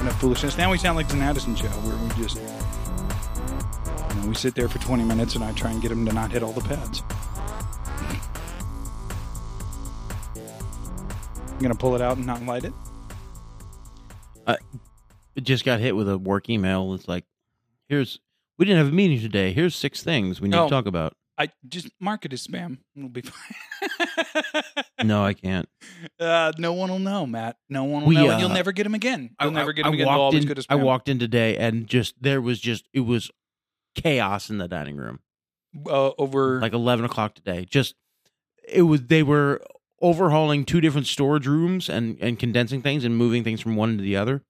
enough foolishness. Now we sound like the Addison show, where we just you know, we sit there for 20 minutes and I try and get him to not hit all the pads. I'm gonna pull it out and not light it. it just got hit with a work email. It's like, here's we didn't have a meeting today. Here's six things we need No. to talk about. I just mark it as spam. It'll be fine. No, I can't. uh, no one will know, Matt. No one will We, know, and uh, you'll never get him again. You'll I- never I- get I him again. They'll walked always in- go to spam. I walked in today and just there was just it was chaos in the dining room. uh, over. Like eleven o'clock today. Just it was they were overhauling two different storage rooms and and condensing things and moving things from one to the other.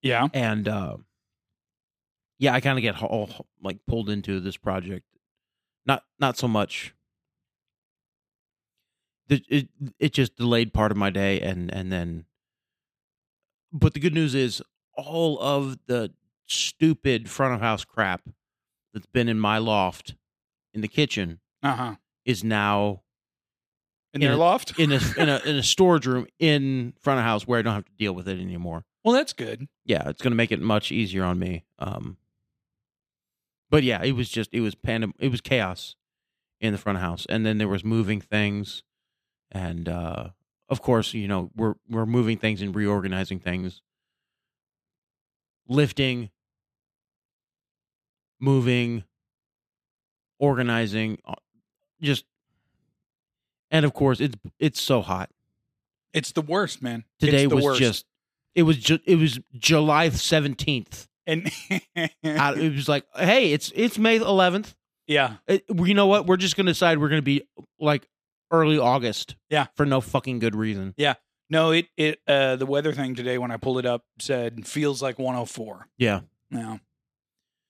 yeah. and uh, yeah, I kind of get all like pulled into this project. Not not so much. It, it it just delayed part of my day, and and then. But the good news is all of the stupid front of house crap that's been in my loft, in the kitchen, Uh huh. is now In In their a- loft. in a in a in a storage room in front of house where I don't have to deal with it anymore. well, that's good. yeah, it's going to make it much easier on me. Um, but yeah, it was just it was pandem- it was chaos in the front of house, and then there was moving things, and uh, of course, you know, we're we're moving things and reorganizing things, lifting, moving, organizing, uh, just, and of course, it's it's so hot It's the worst, man. It's today the was worst. just it was ju- it was July 17th. and I, it was like, hey, it's it's May 11th. yeah, It, you know what? We're just going to decide we're going to be like early August. Yeah. For no fucking good reason. no, it it uh the weather thing today when I pulled it up said feels like 104. Yeah. No,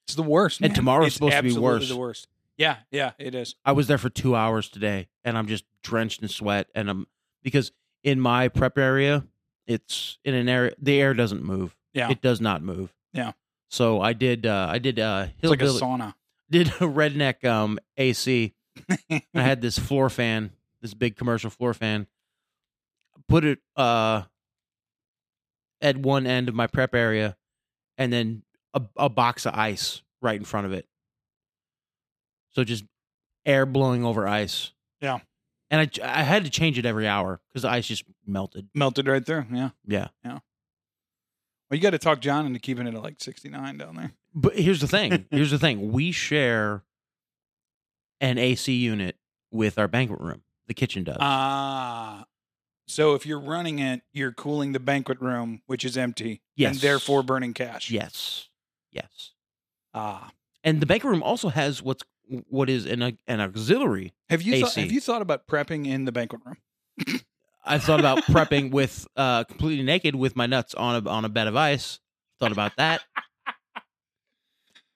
it's the worst. And man. tomorrow's It's supposed to be absolutely worse. The worst. Yeah, yeah, it is. I was there for 2 hours today and I'm just drenched in sweat and I'm because in my prep area, it's in an area the air doesn't move. Yeah. It does not move. Yeah. So I did uh I did uh It's like a hillbilly- sauna. did a redneck um AC. I had this floor fan, this big commercial floor fan. Put it uh at one end of my prep area and then a, a box of ice right in front of it. So just air blowing over ice. Yeah. And I ch- I had to change it every hour cuz the ice just melted. Melted right through. Yeah. Yeah. Well, you got to talk John into keeping it at like 69 down there. But here's the thing. here's the thing. We share an AC unit with our banquet room. The kitchen does. Ah. so if you're running it, you're cooling the banquet room, which is empty, and Yes. therefore burning cash. Yes. Yes. Ah. And Mm-hmm. the banquet room also has what's what is an an auxiliary. Have you thought, AC. have you thought about prepping in the banquet room? I thought about prepping with uh completely naked with my nuts on a on a bed of ice. Thought about that.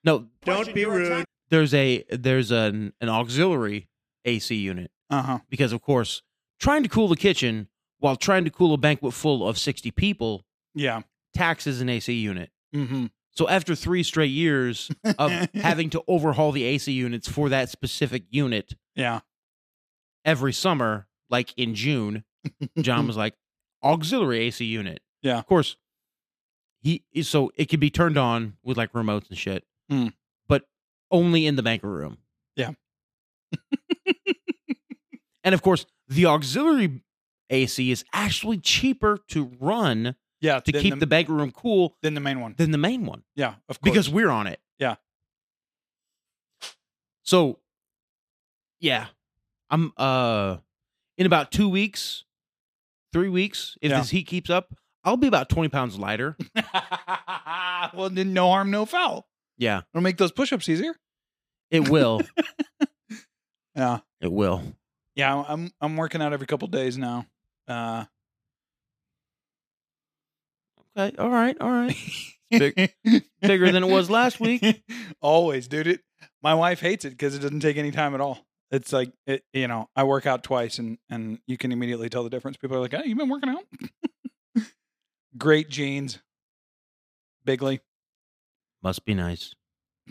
No, Don't be rude. there's a there's an an auxiliary AC unit Uh huh. because of course trying to cool the kitchen while trying to cool a banquet full of 60 people Yeah. taxes an AC unit. Mm-hmm. So after 3 straight years of having to overhaul the AC units for that specific unit, Yeah. every summer, like in June, John was like, auxiliary AC unit. Yeah. Of course, he so it could be turned on with like remotes and shit, Hmm. but only in the banker room. Yeah. and of course, the auxiliary AC is actually cheaper to run Yeah. to then keep the, banker room cool then the main one. than the main one Yeah, of course. because we're on it. Yeah. So yeah. I'm uh in about two weeks, three weeks, if Yeah. this heat keeps up, I'll be about twenty pounds lighter. well, then no harm, no foul. yeah. It'll make those push-ups easier. It will. Yeah, it will. yeah. I'm I'm working out every couple days now. Uh, Okay. All right. All right. Big- bigger than it was last week. Always, dude. It, my wife hates it because it doesn't take any time at all. It's like it, you know, I work out twice, and and you can immediately tell the difference. People are like, "Oh, you've been working out." Great jeans, bigly. Must be nice.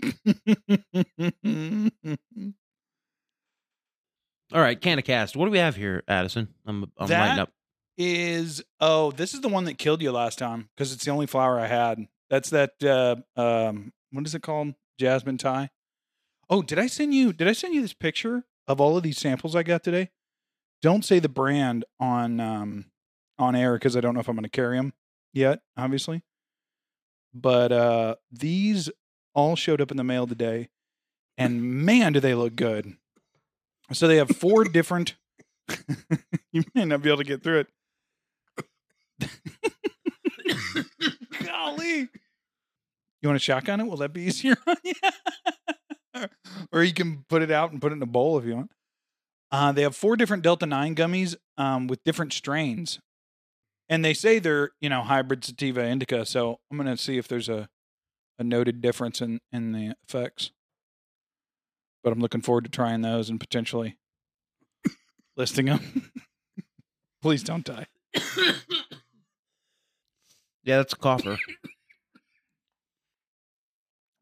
All right. Can of cast. What do we have here, Addison? I'm, I'm That- lighting up. is oh, this is the one that killed you last time because it's the only flower I had. That's that uh um what is it called? Jasmine tie. Oh, did I send you did I send you this picture of all of these samples I got today? Don't say the brand on um on air cuz I don't know if I'm going to carry them yet, obviously. But uh these all showed up in the mail today and man do they look good. So they have four different you may not be able to get through it. Golly. You want a shotgun it? Will that be easier on you? or you can put it out and put it in a bowl if you want. Uh, they have four different Delta 9 gummies um, with different strains. And they say they're, you know, hybrid sativa indica. So I'm going to see if there's a, a noted difference in, in the effects. But I'm looking forward to trying those and potentially listing them. Please don't die. Yeah, that's a coffer.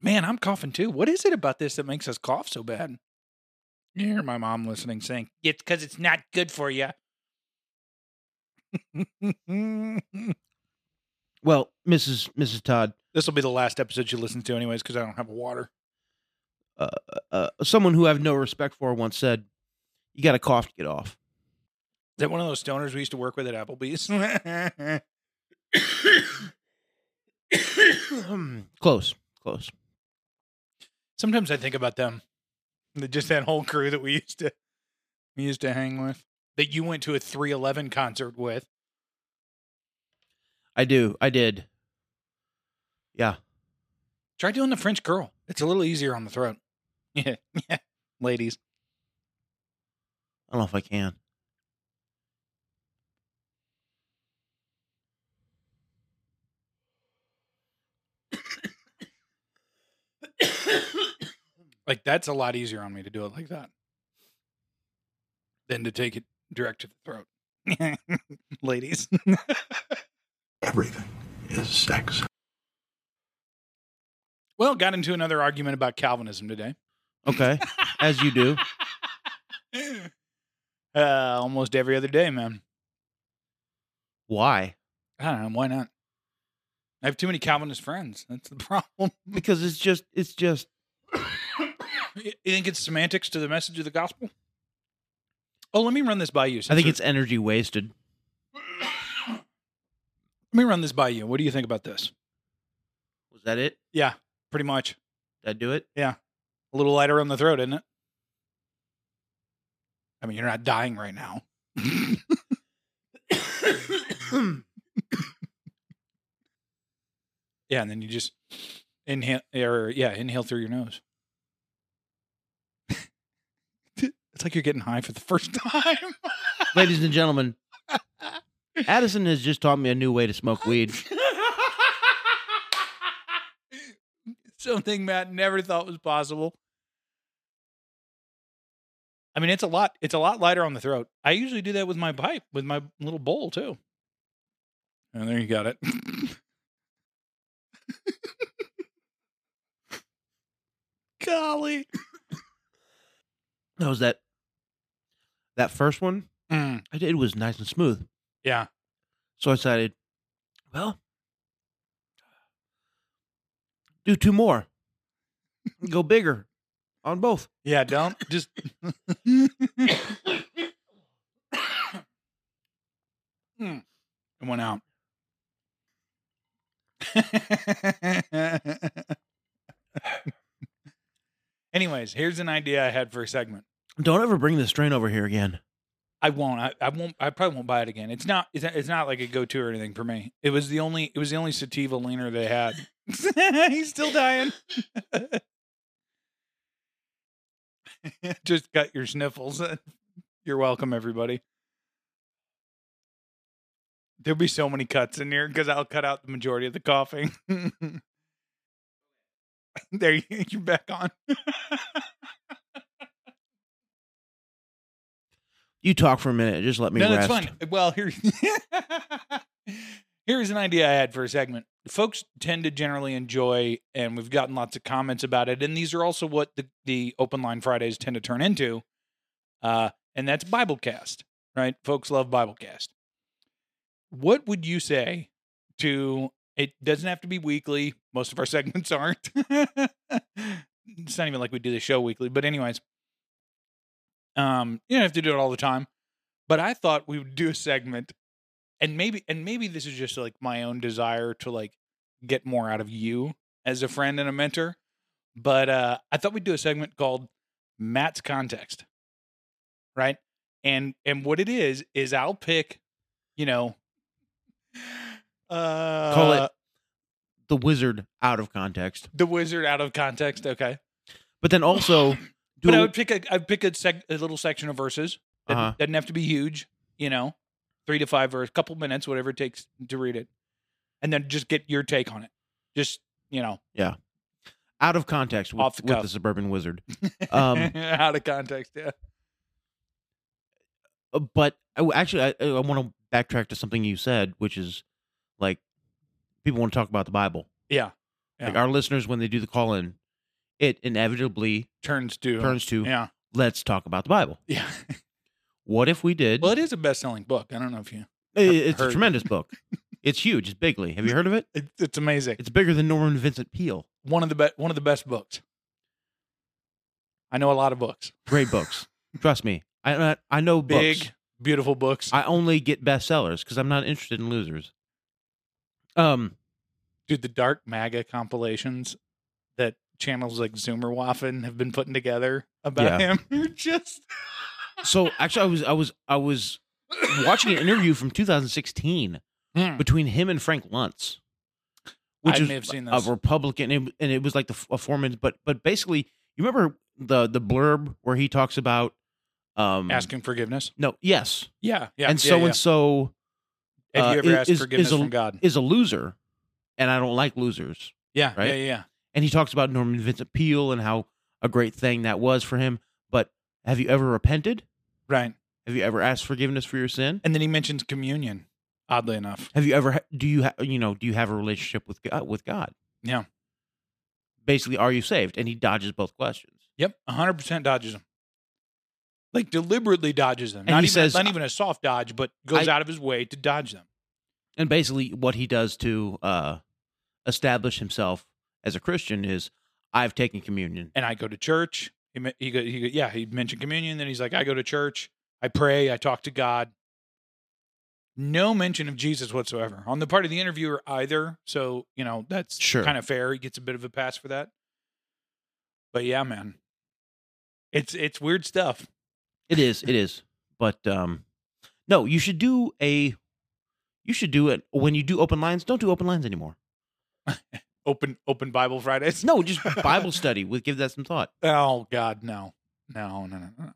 Man, I'm coughing too. What is it about this that makes us cough so bad? You hear my mom listening saying, It's because it's not good for you. this well, Mrs. Mrs. Todd, will be the last episode she listens to, anyways, because I don't have water. uh, someone who I have no respect for once said, "You got to cough to get off." Is that one of those stoners we used to work with at Applebee's? close, close. Sometimes I think about them. The- Just that whole crew that we used to we used to hang with. That you went to a 311 concert with. I do. I did. Yeah. Try doing the French girl. It's a little easier on the throat. Yeah. Yeah. Ladies. I don't know if I can. Like that's a lot easier on me to do it like that than to take it direct to the throat. Ladies. Everything is sex. Well, got into another argument about Calvinism today. Okay. As you do. Uh, almost every other day, man. Why? I don't know why not. I have too many Calvinist friends. That's the problem. Because it's just it's just you think it's semantics to the message of the gospel? Oh, let me run this by you. I think since it's energy wasted. Let me run this by you. What do you think about this? Was that it? Yeah, pretty much. Did I do it? A little lighter on the throat, isn't it? I mean, you're not dying right now. yeah, and then you just inhale or yeah, inhale through your nose. it's like you're getting high for the first time. Ladies and gentlemen, Addison has just taught me a new way to smoke weed. Something Matt never thought was possible. I mean, it's a lot. It's a lot lighter on the throat. I usually do that with my pipe, with my little bowl too. And there you got it. Golly. That was that that first one I did was nice and smooth. yeah. So I decided, well, do two more. Go bigger on both. Yeah. Don't just. Hmm. It went out. Anyways, here's an idea I had for a segment. Don't ever bring this strain over here again. I won't. I, I won't. I probably won't buy it again. It's not. It's not, it's not like a go-to or anything for me. It was the only. It was the only sativa leaner they had. He's still dying. Just got your sniffles. You're welcome, everybody. There'll be so many cuts in here because I'll cut out the majority of the coughing. there you, you're back on. You talk for a minute. Just let me no, rest. that's fine. Well, here, here's an idea I had for a segment. Folks tend to generally enjoy, and we've gotten lots of comments about it. And these are also what the, the open line Fridays tend to turn into, uh, and that's Biblecast, right? Folks love Biblecast. What would you say to? It doesn't have to be weekly. Most of our segments aren't. it's not even like we do the show weekly, but anyways, um, you don't have to do it all the time but I thought we would do a segment and maybe and maybe this is just like my own desire to like get more out of you as a friend and a mentor but uh I thought we'd do a segment called Matt's context right and and what it is is I'll pick you know uh Call it the wizard out of context, the wizard out of context okay but then also do but I would pick a I'd pick a, sec, a little section of verses. Doesn't, Uh-huh. doesn't have to be huge, you know, three to five or a couple minutes, whatever it takes to read it, and then just get your take on it. Just you know, out of context with, Off the with cuff. the suburban wizard. Um, out of context. Yeah. Uh, but I, w- actually, I, I want to backtrack to something you said, which is like people want to talk about the Bible. Yeah. Like Yeah. our listeners, when they do the call in, it inevitably Turns to turns to Yeah. let's talk about the Bible. Yeah. What if we did? well, it is a best-selling book. I don't know if you. I- it's heard. a tremendous book. It's huge. It's bigly. Have you heard of it? It, it's amazing. It's bigger than Norman Vincent Peale. one of the best. One of the best books. I know a lot of books. Great books. Trust me. I I- I know books. Big, beautiful books. I only get bestsellers because I'm not interested in losers. Um. dude, the dark MAGA compilations that channels like Zoomerwaffen have been putting together about Yeah. him are just So actually, I was I was I was watching an interview from 2016 hmm. between him and Frank Luntz, I is may have seen a this. Republican, and it, and it was like the f- a foreman. But but basically, you remember the the blurb where he talks about um asking forgiveness. no yes Mm. Yeah, yeah. and yeah, so yeah. and so have you uh, ever is- asked is- forgiveness is a- from God? is a loser, and I don't like losers. yeah, right? yeah, yeah. And he talks about Norman Vincent Peale and how a great thing that was for him. But have you ever repented? Right. Have you ever asked forgiveness for your sin? And then he mentions communion. Oddly enough, Have you ever ha- do you ha- you know do you have a relationship with God, with God? Yeah. Basically, are you saved? And he dodges both questions. yep, hundred percent dodges him. Like deliberately dodges them. And not he even, says- not even a soft dodge, but goes I- out of his way to dodge them. And basically, what he does to uh, establish himself as a Christian is, I've taken communion. and I go to church. He, me- he, go, he go, yeah, he mentioned communion. Then he's like, I go to church. I pray. I talk to God. No mention of Jesus whatsoever on the part of the interviewer either. So you know that's Sure. kind of fair. He gets a bit of a pass for that. But yeah, man, it's it's weird stuff. It is, it is. But um, no, you should do a, you should do it when you do open lines. Don't do open lines anymore. Open open Bible Fridays. No, just Bible study. With give that some thought. Oh God, no, no, no, no, no,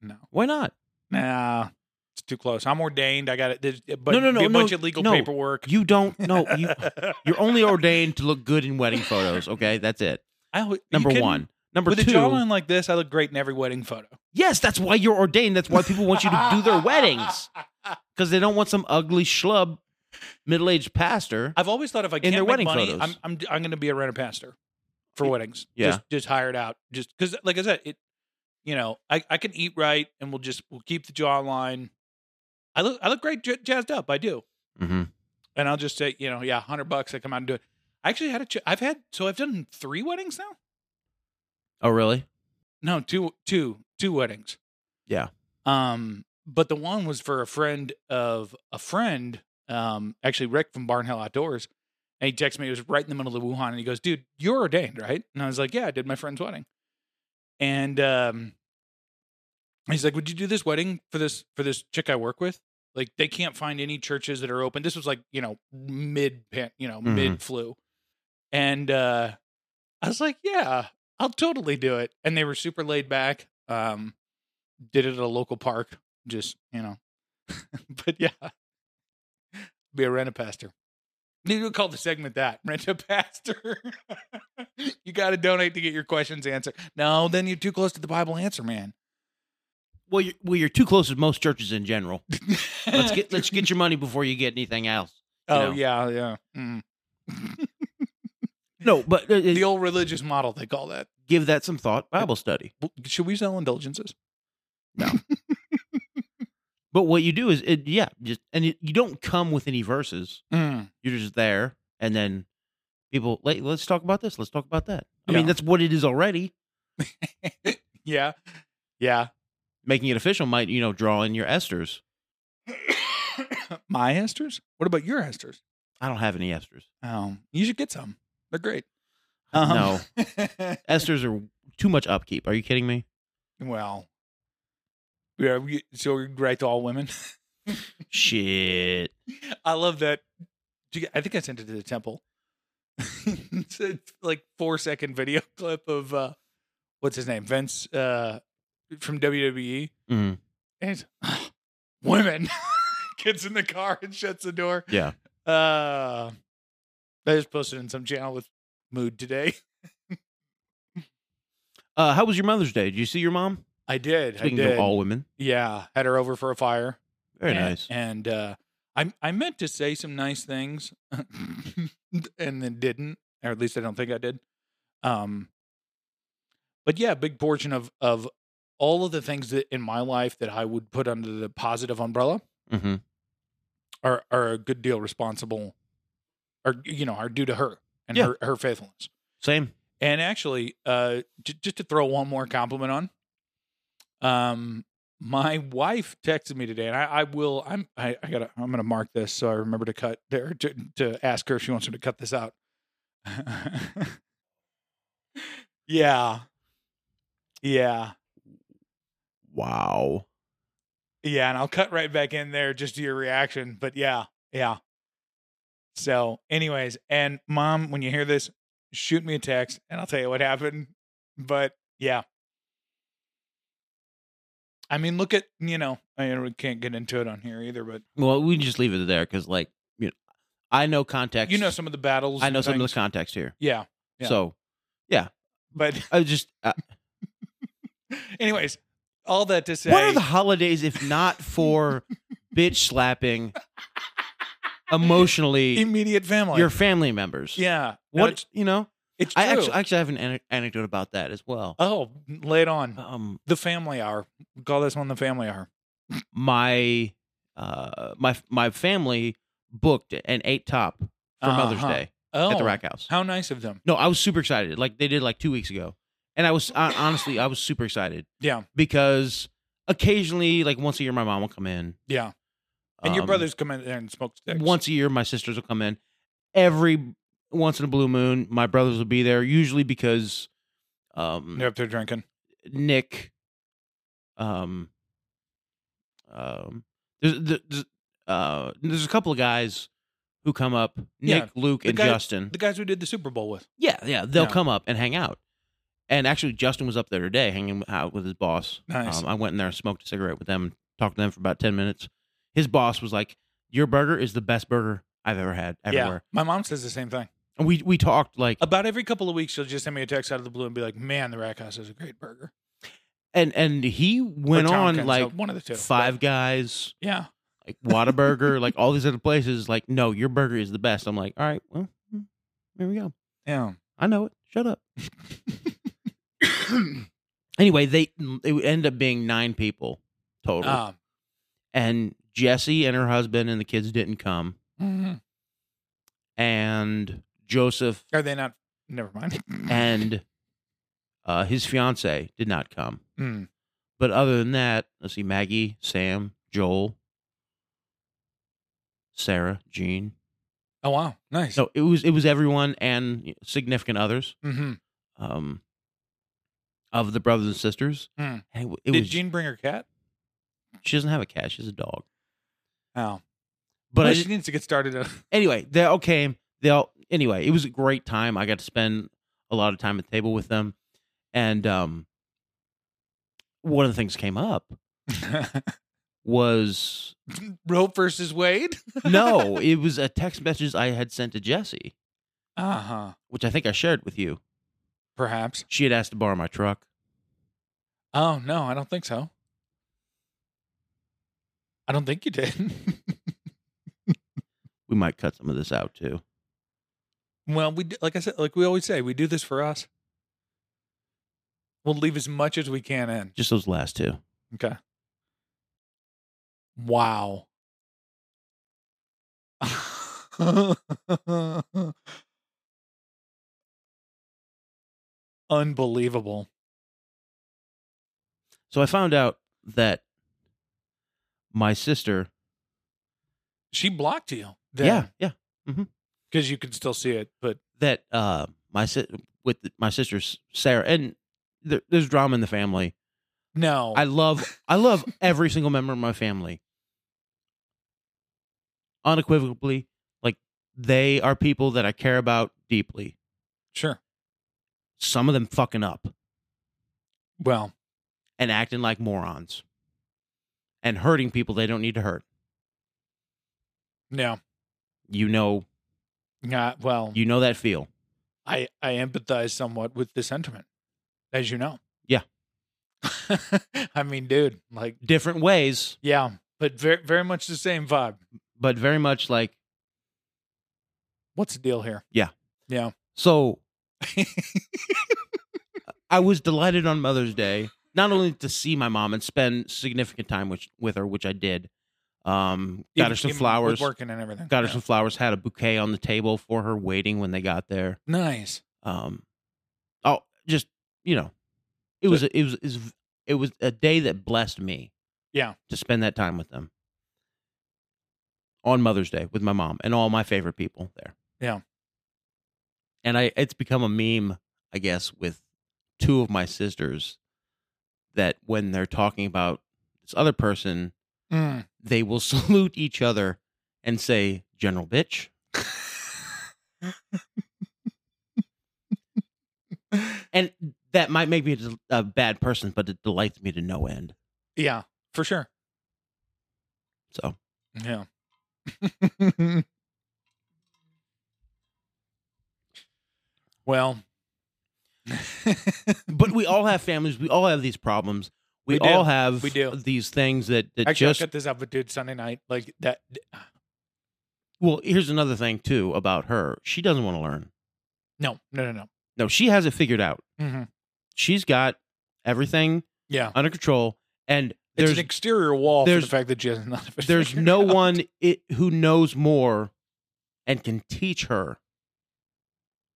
no. Why not? Nah, it's too close. I'm ordained. I got it. There's, but No, no, no, be a no, bunch of legal no. paperwork. You don't. No, you. You're only ordained to look good in wedding photos. Okay, that's it. I, always- you Number kidding? one. Number With two. a jawline like this, I look great in every wedding photo. Yes, that's why you're ordained. That's why people want you to do their weddings because they don't want some ugly schlub middle aged pastor. I've always thought if I their can't make wedding money, photos. I'm I'm I'm going to be a renter pastor for weddings. Yeah. just, just hired out. Just because, like I said, it. You know, I, I can eat right, and we'll just we'll keep the jawline. I look I look great j- jazzed up. I do, Mhm. and I'll just say you know yeah, hundred bucks. I come out and do it. I actually had a ch- I've had so I've done three weddings now. Oh, really? No, two two two weddings. Yeah. Um, but the one was for a friend of a friend, um, actually Rick from Barnhill Outdoors. And he texted me, it was right in the middle of Wuhan, and he goes, Dude, you're ordained, right? And I was like, Yeah, I did my friend's wedding. And um he's like, Would you do this wedding for this for this chick I work with? Like they can't find any churches that are open. This was like, you know, mid pan, you know, Mhm. mid flu. And uh I was like, Yeah, I'll totally do it. And they were super laid back. Um, did it at a local park, just you know. but yeah, be a rent-a-pastor. Maybe we'll call the segment that rent-a-pastor. you got to donate to get your questions answered. No, then you're too close to the Bible answer, man. Well, you're, well, you're too close to most churches in general. Let's get let's get your money before you get anything else. you Oh know. yeah, yeah. Mm. No, but uh, The old religious model they call that. give that some thought. Bible study. Should we sell indulgences? But what you do is, it, yeah, just and you, you don't come with any verses. Mm. You're just there, and then people, like, let's talk about this. Let's talk about that. I mean, Yeah. that's what it is already. Yeah, yeah. Making it official might, you know, draw in your esters. My esters. What about your esters? I don't have any esters. Um, you should get some. They're great. Um. No. no. Esters are too much upkeep. Are you kidding me? well. Yeah. we- So we write to all women. Shit. I love that. Do you- I think I sent it to the temple. it's a, like four second video clip of uh, what's his name, Vince uh, from WWE, Mhm. and it's, women gets in the car and shuts the door. Yeah. Uh, I just posted in some channel with mood today. Uh, how was your Mother's Day? Did you see your mom? I did. Speaking I did. of all women, yeah, had her over for a fire. very and, nice. And uh, I I meant to say some nice things, and then didn't, or at least I don't think I did. Um, but yeah, a big portion of of all of the things that in my life that I would put under the positive umbrella hmm are are a good deal responsible, or you know, are due to her and Yeah. her her faithfulness. Same. And actually, uh, j- just to throw one more compliment on, um, my wife texted me today, and I, I will. I'm. I, I gotta. I'm gonna mark this so I remember to cut there to, to ask her if she wants me to cut this out. yeah, yeah, Wow. yeah, and I'll cut right back in there just to your reaction. But yeah, yeah. So, anyways, and mom, when you hear this, shoot me a text, and I'll tell you what happened. But yeah. I mean, look at you know. I mean, we can't get into it on here either, but Well, we can just leave it there because, like, you know, I know context. you know some of the battles. I know and some of things. the context here. Yeah, Yeah. So but I was just. Uh, anyways, all that to say, what are the holidays if not for bitch slapping emotionally immediate family? your family members? yeah. No, What It's, you know? it's true. I actually, actually have an ane- anecdote about that as well. oh, lay it on. Um, The family hour. We call this one the family hour. my uh my my family booked an eight top for Mother's Uh-huh. Day Oh, at the Rack House. How nice of them. No, I was super excited. Like they did like two weeks ago, and I was I, honestly I was super excited Yeah, because occasionally, like once a year, my mom will come in. yeah. And your Um, brothers come in there and smoke sticks. once a year my sisters will come in every once in a blue moon my brothers will be there usually because um they're up there drinking. nick um um there's, there's uh there's a couple of guys who come up Yeah, nick luke the and guy- justin The guys we did the Super Bowl with. yeah yeah they'll Yeah. come up and hang out and actually justin was up there today hanging out with his boss Nice. um, i went in there and smoked a cigarette with them talked to them for about 10 minutes his boss was like your burger is the best burger i've ever had everywhere Yeah. My mom says the same thing. And we we talked like About every couple of weeks, she'll just send me a text out of the blue and be like, "Man, the Rack House is a great burger." and and he Or went on Tompkins, like uh, one of the two. Five Guys, Yeah. like Whataburger, like all these other places. Like, no, your burger is the best. I'm like, all right, well, mm, there we go. Yeah. I know it. Shut up. anyway, they it would end up being nine people total, Um, and Jesse and her husband and the kids didn't come, mhm. and Joseph Are they not? Never mind. and uh, his fiance did not come. Mm. But other than that, let's see Maggie, Sam, Joel, Sarah, Jean. Oh wow, nice. No, it was it was everyone and significant others Mm-hmm. um, of the brothers and sisters. Hmm. And it, Did was Jean bring her cat? she doesn't have a cat; she has a dog. Oh, But Well, I she did- needs to get started. on- anyway, they all came. They all anyway. It was a great time. I got to spend a lot of time at the table with them, and um, one of the things came up was Roe versus Wade. no, it was a text message I had sent to Jesse, Uh huh. which I think I shared with you. Perhaps. She had asked to borrow my truck. Oh no, I don't think so. I don't think you did. We might cut some of this out too. well, we d- like I said, like we always say, we do this for us. We'll leave as much as we can in. Just those last two. Okay. Wow. Unbelievable. So I found out that my sister. She blocked you. Yeah, yeah. Because you could still see it, but That uh, my si- with my sister S- Sarah and there, there's drama in the family. no. I love I love every single member of my family. Unequivocally, like they are people that I care about deeply. sure. Some of them fucking up Well, and acting like morons and hurting people they don't need to hurt. no. You know, Not, well, you know that feel. I, I empathize somewhat with the sentiment, as you know. Yeah. I mean, dude, like, Different ways, yeah, but very, very much the same vibe. but very much like What's the deal here? so I was delighted on Mother's Day not only to see my mom and spend significant time with, with her, which I did. Um, got her Even- some even with flowers. working and everything. got her Yeah. some flowers had a bouquet on the table for her waiting when they got there Nice. um oh just you know it was a, it was is- it was a day that blessed me Yeah. to spend that time with them on mother's day with my mom and all my favorite people there Yeah. and i it's become a meme i guess with two of my sisters that when they're talking about this other person Mm. they will salute each other and say general bitch and that might make me a, del- a bad person, but it delights me to no end. Yeah, for sure. So Yeah. well, but we all have families. We all have these problems. We, We do. all have We do. these things that, that actually, just I cut this up with dude Sunday night. Like that. well. Here's another thing too about her. She doesn't want to learn. No, no, no, no. No, she has it figured out. hmm She's got everything Yeah. under control, and It's there's an exterior wall for the there's- fact that she has not. there's no one it, who knows more and can teach her.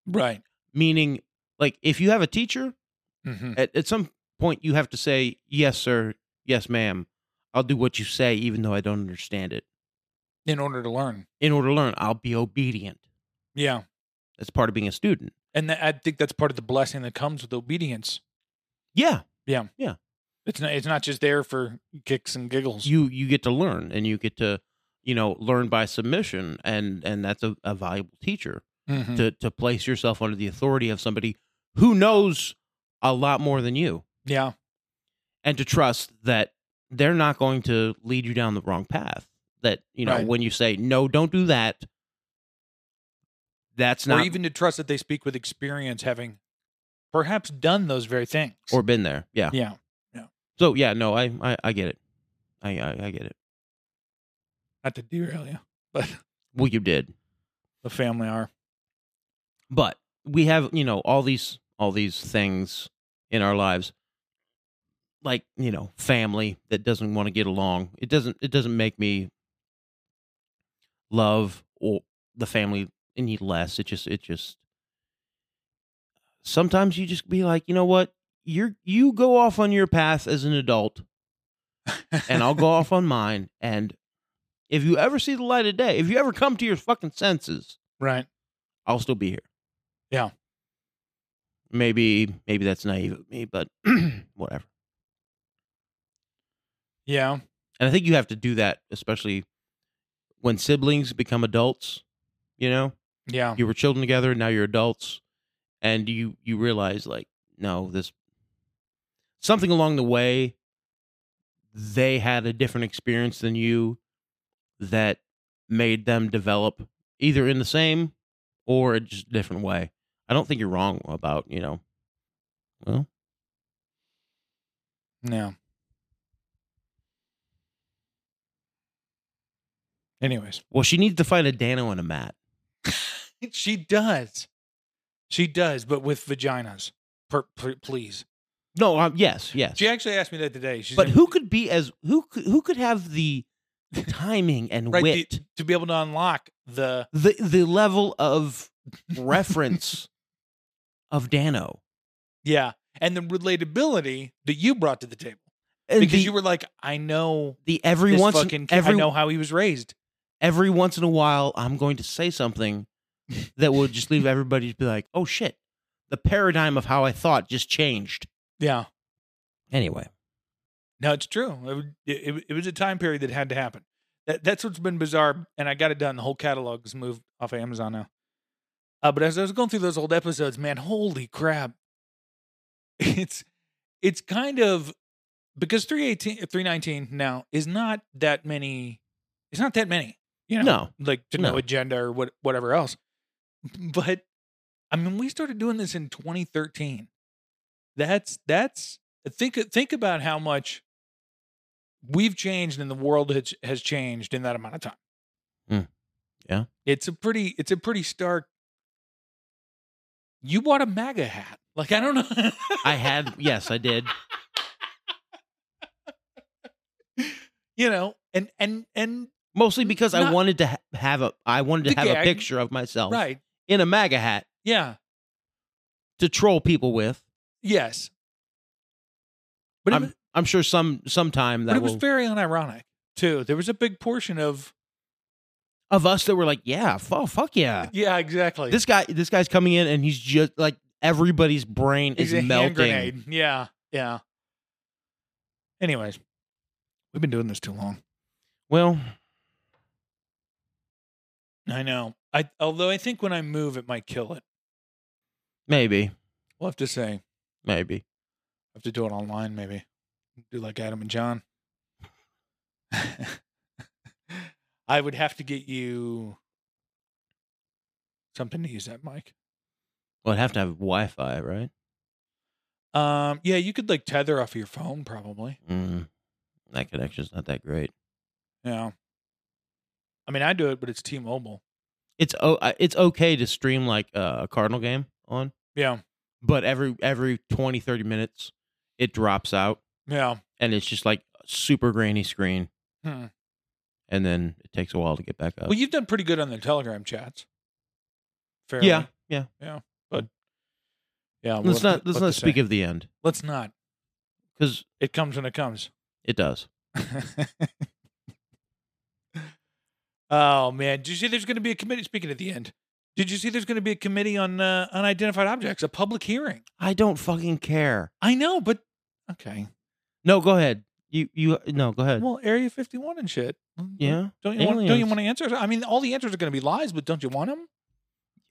Right. Meaning, like if you have a teacher, hmm at, at some point you have to say yes sir yes ma'am i'll do what you say even though i don't understand it In order to learn. in order to learn i'll be obedient Yeah. that's part of being a student And tha- I think that's part of the blessing that comes with obedience. yeah It's not. It's not just there for kicks and giggles. you you get to learn and you get to you know learn by submission and and that's a, a valuable teacher Mhm. to to place yourself under the authority of somebody who knows a lot more than you Yeah. and to trust that they're not going to lead you down the wrong path. That you know, Right. when you say no, don't do that. That's not or even to trust that they speak with experience, having perhaps done those very things. or been there. Yeah. yeah, So yeah, no, I I, I get it. I, I I get it. not to derail you, but Well, you did, the family are. but we have you know all these all these things in our lives, like you know family that doesn't want to get along. It doesn't it doesn't make me love or the family any less. It just it just sometimes you just be like, you know what? You're you go off on your path as an adult and I'll go off on mine and if you ever see the light of day, if you ever come to your fucking senses, right. I'll still be here. Yeah. Maybe maybe that's naive of me, but whatever. Yeah. And I think you have to do that especially when siblings become adults, you know? Yeah. you were children together now you're adults and you you realize like no this something along the way they had a different experience than you that made them develop either in the same or a just different way. I don't think you're wrong about, you know, well, No. Anyways, well, she needs to find a Dano and a Matt. she does. She does, but with vaginas. Per, per, please. No, um, yes, yes. She actually asked me that today. She's but like, who could be as who could, who could have the timing and right, wit, the- to be able to unlock the the the level of reference of Dano, yeah, and the relatability that you brought to the table and because the, you were like, I know the every this once fucking kid. every I know how he was raised. every once in a while I'm going to say something that will just leave everybody to be like, oh shit, the paradigm of how I thought just changed. Yeah, Anyway, no, it's true. It, would- it, it- it was a time period that had to happen. That, that's what's been bizarre, and I got it done. The whole catalog is moved off of Amazon now. Uh, but as I was going through those old episodes, man, holy crap! It's it's kind of because 318 319 now is not that many it's not that many you know no, like to No. no agenda or what whatever else. But I mean, we started doing this in 2013. That's that's think think about how much we've changed and the world has has changed in that amount of time. Hmm. Yeah. it's a pretty it's a pretty stark. You bought a MAGA hat, like I don't know. I had yes, I did. you know, and and and Mostly because I Not- wanted to ha- have a I wanted The to have a gag. picture of myself right, in a MAGA hat yeah, to troll people with. yes. But it I'm, was- I'm sure some sometime but that it was will, very unironic too. There was a big portion of of us that were like, yeah, fu- fuck yeah. yeah, exactly. This guy, this guy's coming in and he's just like everybody's brain He's is a hand melting. grenade. Yeah, yeah. Anyways, we've been doing this too long. Well, I know. I although I think when I move, it might kill it. maybe, We'll have to say. I maybe. have to do it online, maybe. Do like Adam and John. I would have to get you something to use that mic. Well, it'd have to have Wi-Fi, right? Um, yeah, you could like tether off your phone, probably. Mm, that connection's not that great. Yeah. I mean, I do it, but it's T-Mobile. It's oh, it's okay to stream like uh, a Cardinal game on, Yeah. but every every 20, 30 minutes, it drops out Yeah. and it's just like super grainy screen, Hmm. and then it takes a while to get back up. Well, you've done pretty good on the Telegram chats. Fairly. yeah, yeah. Yeah. Let's not let's not speak of the end Let's not. because It comes when it comes. it does. oh man, did you see there's going to be a committee speaking at the end? Did you see there's going to be a committee on uh, unidentified objects, a public hearing? I don't fucking care. I know, but okay. No, go ahead. You you no, go ahead. Well, Area 51 and shit. Uh, Mm, yeah, Don't you want don't you aliens. want answers? I mean, all the answers are going to be lies, but don't you want them?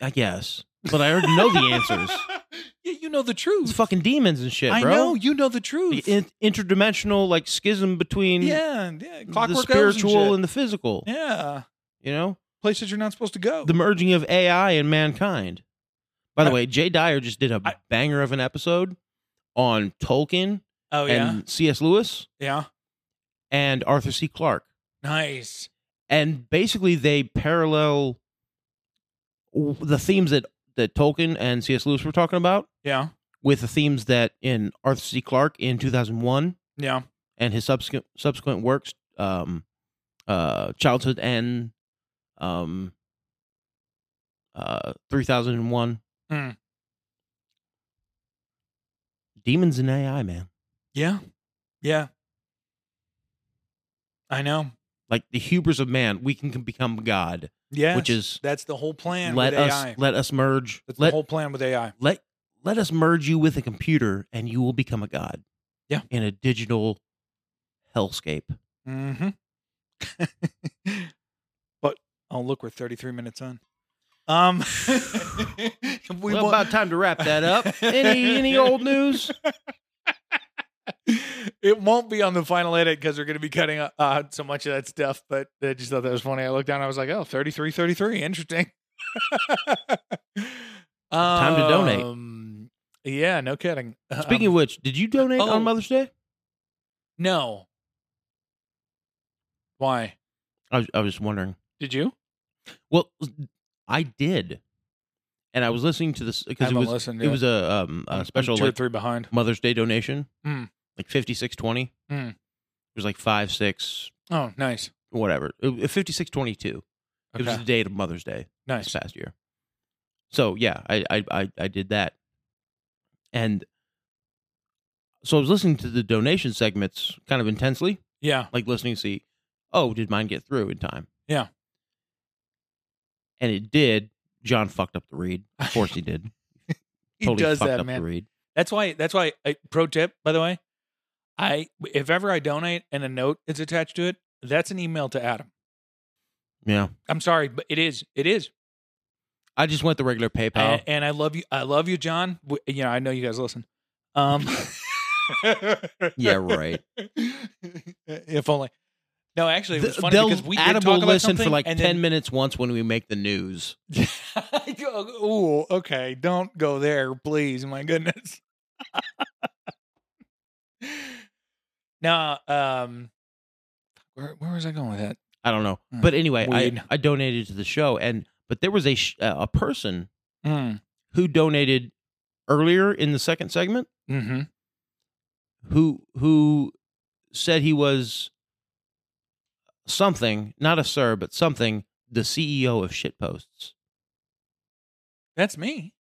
I guess, but I already know the answers. yeah, you know the It's truth. fucking demons and shit, I bro. know you know the truth. in, interdimensional like schism between yeah, yeah. the Clockwork Elves spiritual and, and, the physical. shit. yeah, You know, places you're not supposed to go. the merging of AI and mankind. By the I- way, Jay Dyer just did a I- banger of an episode on Tolkien oh yeah, and C.S. Lewis yeah, and Arthur C. Clarke, nice. and basically they parallel w- the themes that that Tolkien and C.S. Lewis were talking about Yeah, with the themes that in Arthur C. Clarke in 2001 yeah, and his subsequent subsequent works, um, uh, childhood and um, uh, three thousand and one, Hmm. demons and AI, man, yeah, yeah. I know. like the hubris of man, we can, become God. Yeah, Which is, that's the whole plan. let with us AI. let us merge. that's the Let whole plan with AI. let let us merge you with a computer, and you will become a god. Yeah. in a digital hellscape. Mm-hmm. but oh, look, we're 33 minutes on. Um, we well, wa- about time to wrap that up. any any old news? It won't be on the final edit because they're going to be cutting uh, out so much of that stuff. But I just thought that was funny. I looked down. I was like, oh, 33, 33. Interesting. Time to donate. Um, yeah, no kidding. Speaking Um, of which, did you donate oh. on Mother's Day? no. Why? I was, I was just wondering. Did you? Well, I did, and I was listening to this because it haven't was listened to it was a, I'm- um, I'm a special two or like, three behind. Mother's Day donation, Mm. like fifty six twenty. Mm. It was like five six Oh, nice. whatever fifty six twenty two. It was Okay. the date of Mother's Day. Nice. this past year. So yeah, I I I, I did that, and so I was listening to the donation segments kind of intensely, Yeah. like listening to see, oh, did mine get through in time? Yeah. and it did. John fucked up the read. Of course he did. He totally does fucked that, up man. the read. That's why. That's why. I, pro tip, by the way, I if ever I donate and a note is attached to it, that's an email to Adam. Yeah, I'm sorry, but it is. It is. I just went the regular A- PayPal. And, I love you. I love you, John. W- You know, I know you guys listen. Um. yeah, right. if only. No, actually, it was Th- funny they'll- because we did Adam talk will about listen something for like ten and then- minutes once when we make the news. Ooh, okay. Don't go there, please. My goodness. now, um, where where was I going with that? I don't know, Hmm. but anyway, Weed. I, I donated to the show, and but there was a sh- uh, a person Mm. who donated earlier in the second segment Hmm. who who said he was something not a sir but something the ceo of shitposts That's me.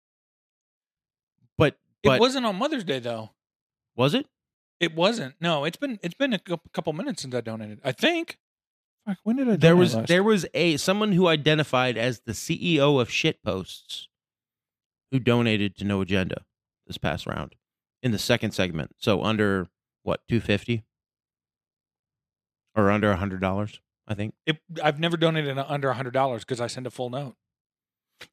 but but it wasn't on Mother's Day though. was it It wasn't. No, it's been it's been a cou- couple minutes since I donated. I think. Fuck, when did I? there donate was last? there was a someone who identified as the ceo of shitposts who donated to no agenda this past round in the second segment so under what 250 or under a hundred dollars i think It, I've never donated under hundred dollars because I send a full note.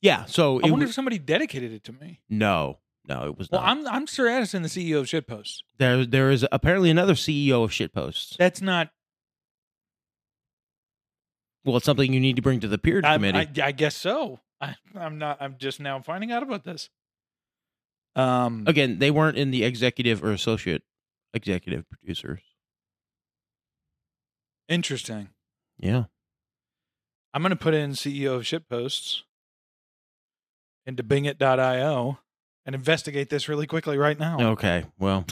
yeah so I it wonder was- if somebody dedicated it to me. No, no, it was Well, not. I'm I'm Sir Addison, the CEO of Shitposts. there, there is apparently another CEO of shitposts. That's not Well, it's something you need to bring to the peer I'm- committee. I, I guess so. I, I'm not. I'm just now finding out about this. Um. Again, they weren't in the executive or associate executive producers. Interesting. Yeah, I'm going to put in CEO of shitposts into Bingit.io and investigate this really quickly right now. Oh. Okay. Well,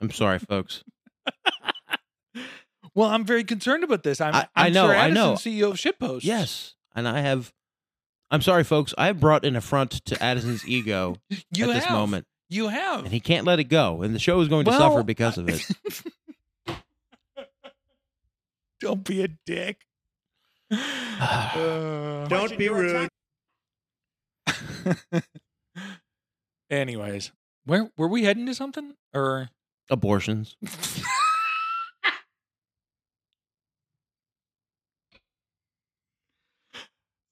I'm sorry, folks. Well, I'm very concerned about this. I'm, I- I'm I know, Sir I Addison, know. CEO E of shitposts. Yes, and I have. I'm sorry, folks. I have brought an affront to Addison's ego you have. at this moment, You have. and he can't let it go. And the show is going to Well, suffer because of it. Don't be a dick. Uh, Don't be rude. Anyways, where were we heading to something or? Abortions.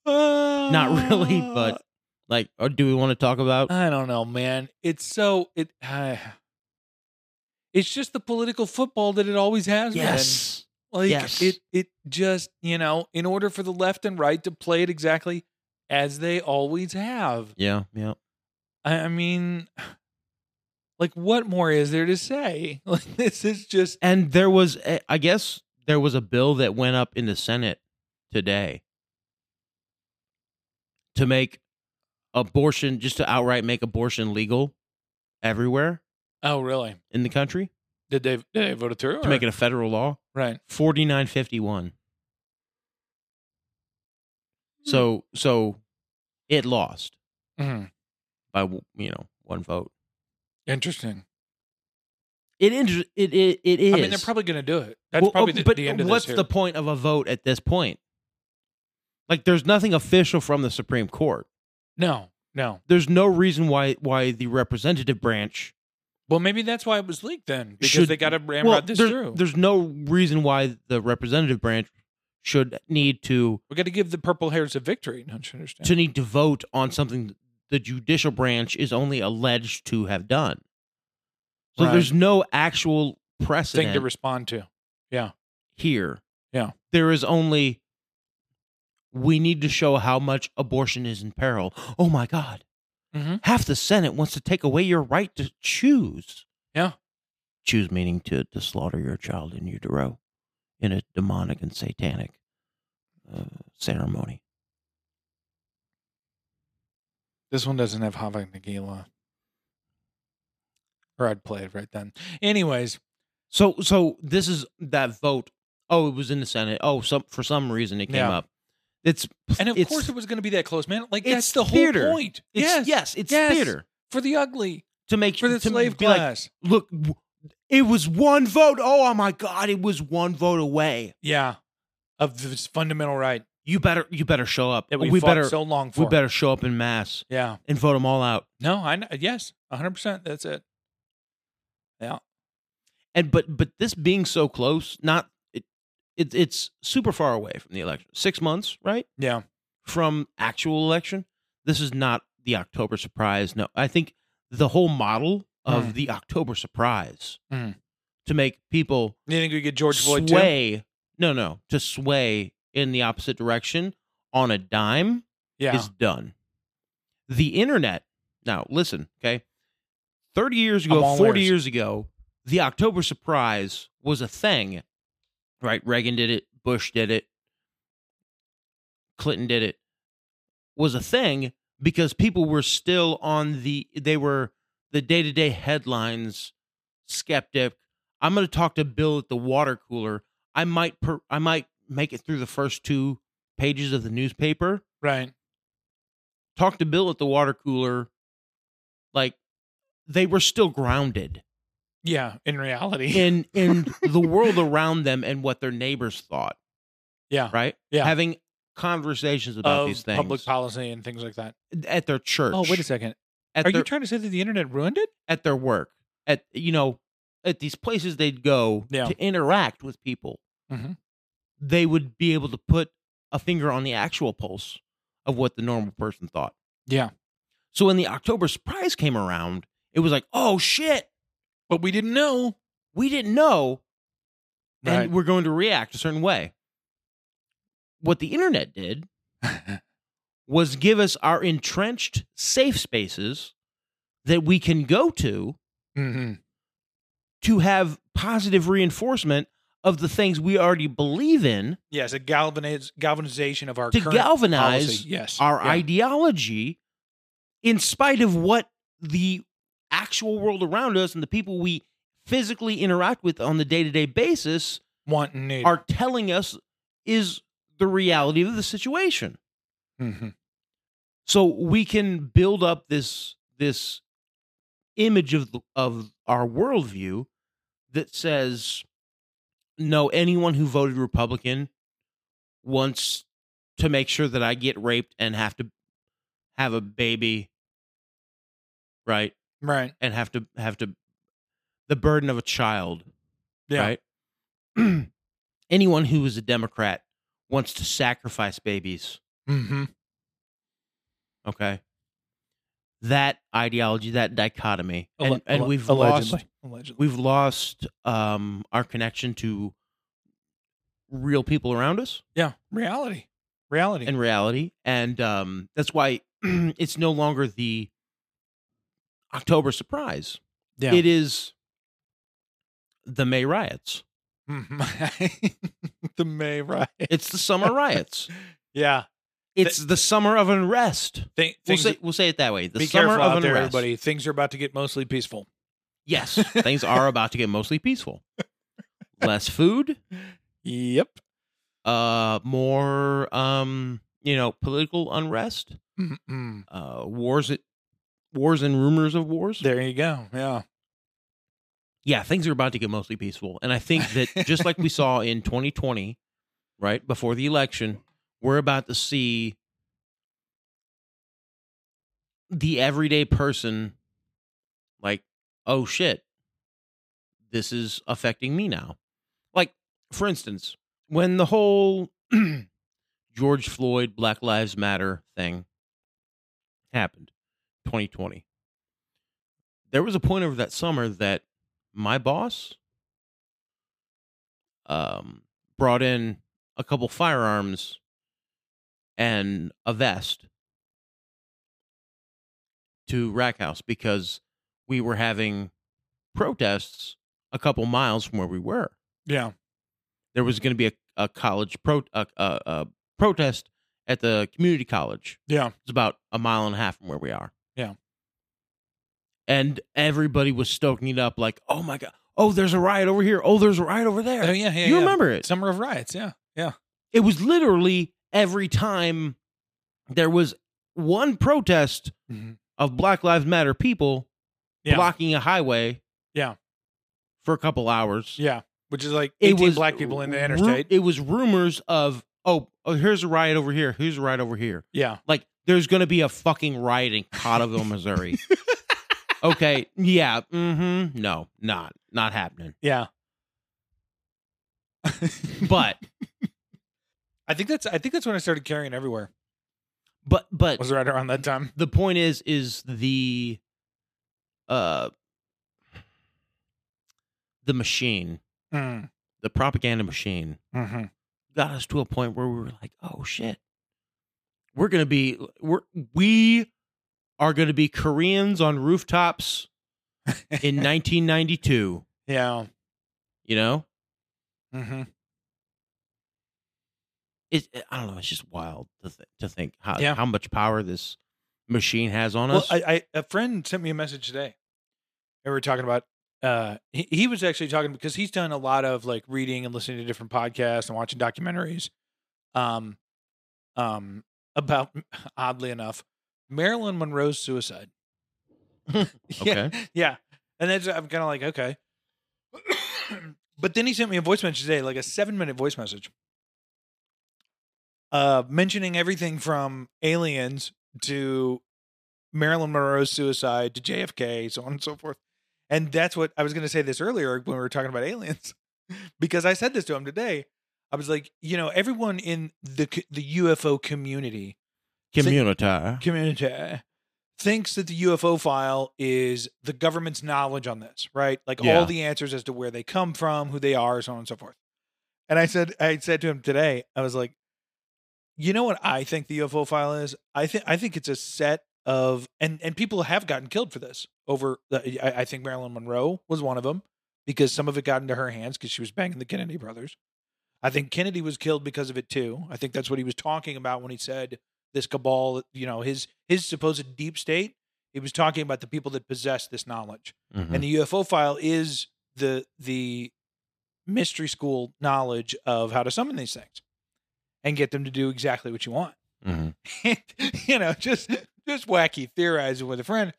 Not really, Uh. but like, or do we want to talk about? I don't know, man. It's so it. Uh, it's just the political football that it always has been. yes. Like Yes. it it just, you know, in order for the left and right to play it exactly as they always have. Yeah. Yeah. I, I mean like what more is there to say? Like this is just And there was, a, I guess, there was a bill that went up in the Senate today to make abortion, just to outright make abortion legal everywhere Oh really? in the country, Did they did they vote it through? to make it a federal law. right. Forty nine fifty one. So, so it lost Mhm. by you know one vote. Interesting. It inter- it, it it is. I mean they're probably gonna do it. That's Well, oh, probably the, but the end of what's this. the point of a vote at this point? Like, there's nothing official from the Supreme Court. No, no. There's no reason why why the representative branch Well maybe that's why it was leaked then. Because should, they gotta ram well, rod this there- through. There's no reason why the representative branch should need to We gotta give the purple hairs a victory, don't you understand? to need to vote on something the judicial branch is only alleged to have done. So Right. there's no actual precedent thing to respond to. here. Yeah. There is only we need to show how much abortion is in peril. Oh my God. Mhm. Half the Senate wants to take away your right to choose. Yeah. Choose meaning to, to slaughter your child in utero in a demonic and satanic uh, ceremony. This one doesn't have Hava Nagila. Or I'd play it right then. Anyways, So so this is that vote. Oh, it was in the Senate. Oh, some for some reason it came Yeah. up. It's and of it's- course it was going to be that close, man. Like It's that's the whole theater. point. it's, yes, yes, it's yes. theater for the ugly, to make for the to slave be like, class. look w- it was one vote oh, oh my god it was one vote away yeah, of this fundamental right you better you better show up that we, fought better so long for. we better show up in mass Yeah. and vote them all out No, I kn- yes, hundred percent. That's it. and but but this being so close not it, it it's super far away from the election 6 months right Yeah. from actual election this is not the october surprise no i think the whole model of Mm. the october surprise Mm. to make people You think we get George Floyd too? sway. No, no, to sway in the opposite direction on a dime Yeah. is done. The internet. Now listen, okay. Thirty years I'm ago, all forty ears. years ago, the October surprise was a thing. Right? Reagan did it. Bush did it. Clinton did it. Was a thing because people were still on the. They were the day to day headlines. Skeptic. I'm going to talk to Bill at the water cooler. I might. Per, I might make it through the first two pages of the newspaper right. talked to Bill at the water cooler, like they were still grounded Yeah. In reality. in in the world around them and what their neighbors thought, yeah. right? Yeah. Having conversations about of these things public policy and things like that. at their church. Oh, wait a second. At Are their you trying to say that the internet ruined it? at their work. At you know, at these places they'd go Yeah. to interact with people. Mhm. They would be able to put a finger on the actual pulse of what the normal person thought. Yeah. So when the October surprise came around, it was like, "Oh shit, But we didn't know. we didn't know Right. and we're going to react a certain way what the internet did was give us our entrenched safe spaces that we can go to Mm-hmm. to have positive reinforcement of the things we already believe in Yes, a galvaniz- galvanization of our to current galvanize policy. Yes, our yeah. ideology in spite of what the actual world around us and the people we physically interact with on the day-to-day basis want and need. are telling us is the reality of the situation. Mhm. So we can build up this this image of the, of our worldview that says, no, anyone who voted Republican wants to make sure that I get raped and have to have a baby, right? Right. And have to have to the burden of a child Yeah. right? Anyone who is a Democrat wants to sacrifice babies. Mm-hmm. Okay, that ideology, that dichotomy, and, and we've allegedly. lost Allegedly. we've lost um, our connection to real people around us Yeah. Reality. Reality. and reality, and um, that's why it's no longer the October surprise. yeah. It is the May riots. Mhm. the May right. It's the summer riots. Yeah. It's the summer of unrest. Th- We'll things say, we'll say it that way. The be summer careful of out unrest. there, everybody. Things are about to get mostly peaceful. Yes, things are about to get mostly peaceful. Less food, Yep. uh, more um, you know, political unrest, Mm-mm. uh, wars, at, wars and rumors of wars. There you go. Yeah. Yeah, things are about to get mostly peaceful, and I think that just like we saw in 2020, right before the election, we're about to see the everyday person like oh shit this is affecting me now like for instance when the whole george floyd black lives matter thing happened 2020 there was a point over that summer that my boss um, brought in a couple firearms and a vest to Rackhouse because we were having protests a couple miles from where we were. Yeah. There was going to be a, a college pro a, a, a protest at the community college. Yeah. It's about a mile and a half from where we are. Yeah. And everybody was stoking it up like, oh my God. Oh, there's a riot over here. Oh, there's a riot over there. Oh, yeah, yeah, you yeah. remember it. Summer of Riots. Yeah. Yeah. It was literally every time there was one protest Mhm. of Black Lives Matter people Yeah. blocking a highway. Yeah. For a couple hours. Yeah. Which is like It 18 was black people in the ru- interstate. It was rumors of, oh, oh, here's a riot over here. Here's a riot over here. yeah. Like there's gonna be a fucking riot in Cottleville, Missouri. okay, yeah, mm-hmm. No, not not happening. Yeah. But I think that's I think that's when I started carrying everywhere. but but Was right around that time. the point is is the uh the machine, Mm. the propaganda machine hmm got us to a point where we were like, oh shit. We're gonna be we're we are gonna be Koreans on rooftops in nineteen ninety two, Yeah. you know? hmm it, it- I don't know. It's just wild to, th- to think how Yeah. how much power this machine has on Well, us. I, I a friend sent me a message today. And we were talking about uh he, he was actually talking because he's done a lot of like reading and listening to different podcasts and watching documentaries. Um um about oddly enough, Marilyn Monroe's suicide. Yeah, yeah. And that's I'm kind of like, okay. but then he sent me a voice message today, like a seven minute voice message, uh, mentioning everything from aliens to Marilyn Monroe's suicide to JFK, so on and so forth. And that's what I was going to say this earlier when we were talking about aliens, because I said this to him today. I was like, you know, everyone in the c- the UFO community Community. Mm-hmm, community thinks that the UFO file is the government's knowledge on this, right? Like Yeah. all the answers as to where they come from, who they are, so on and so forth. And I said, I said to him today, I was like, you know what I think the UFO file is? I think I think it's a set of and and people have gotten killed for this. Over, the, I, I think Marilyn Monroe was one of them because some of it got into her hands because she was banging the Kennedy brothers. I think Kennedy was killed because of it too. I think that's what he was talking about when he said this cabal, you know, his his supposed deep state. He was talking about the people that possess this knowledge. Mm. And the UFO file is the the mystery school knowledge of how to summon these things and get them to do exactly what you want. mm-hmm. you know, just just wacky theorizing with a friend.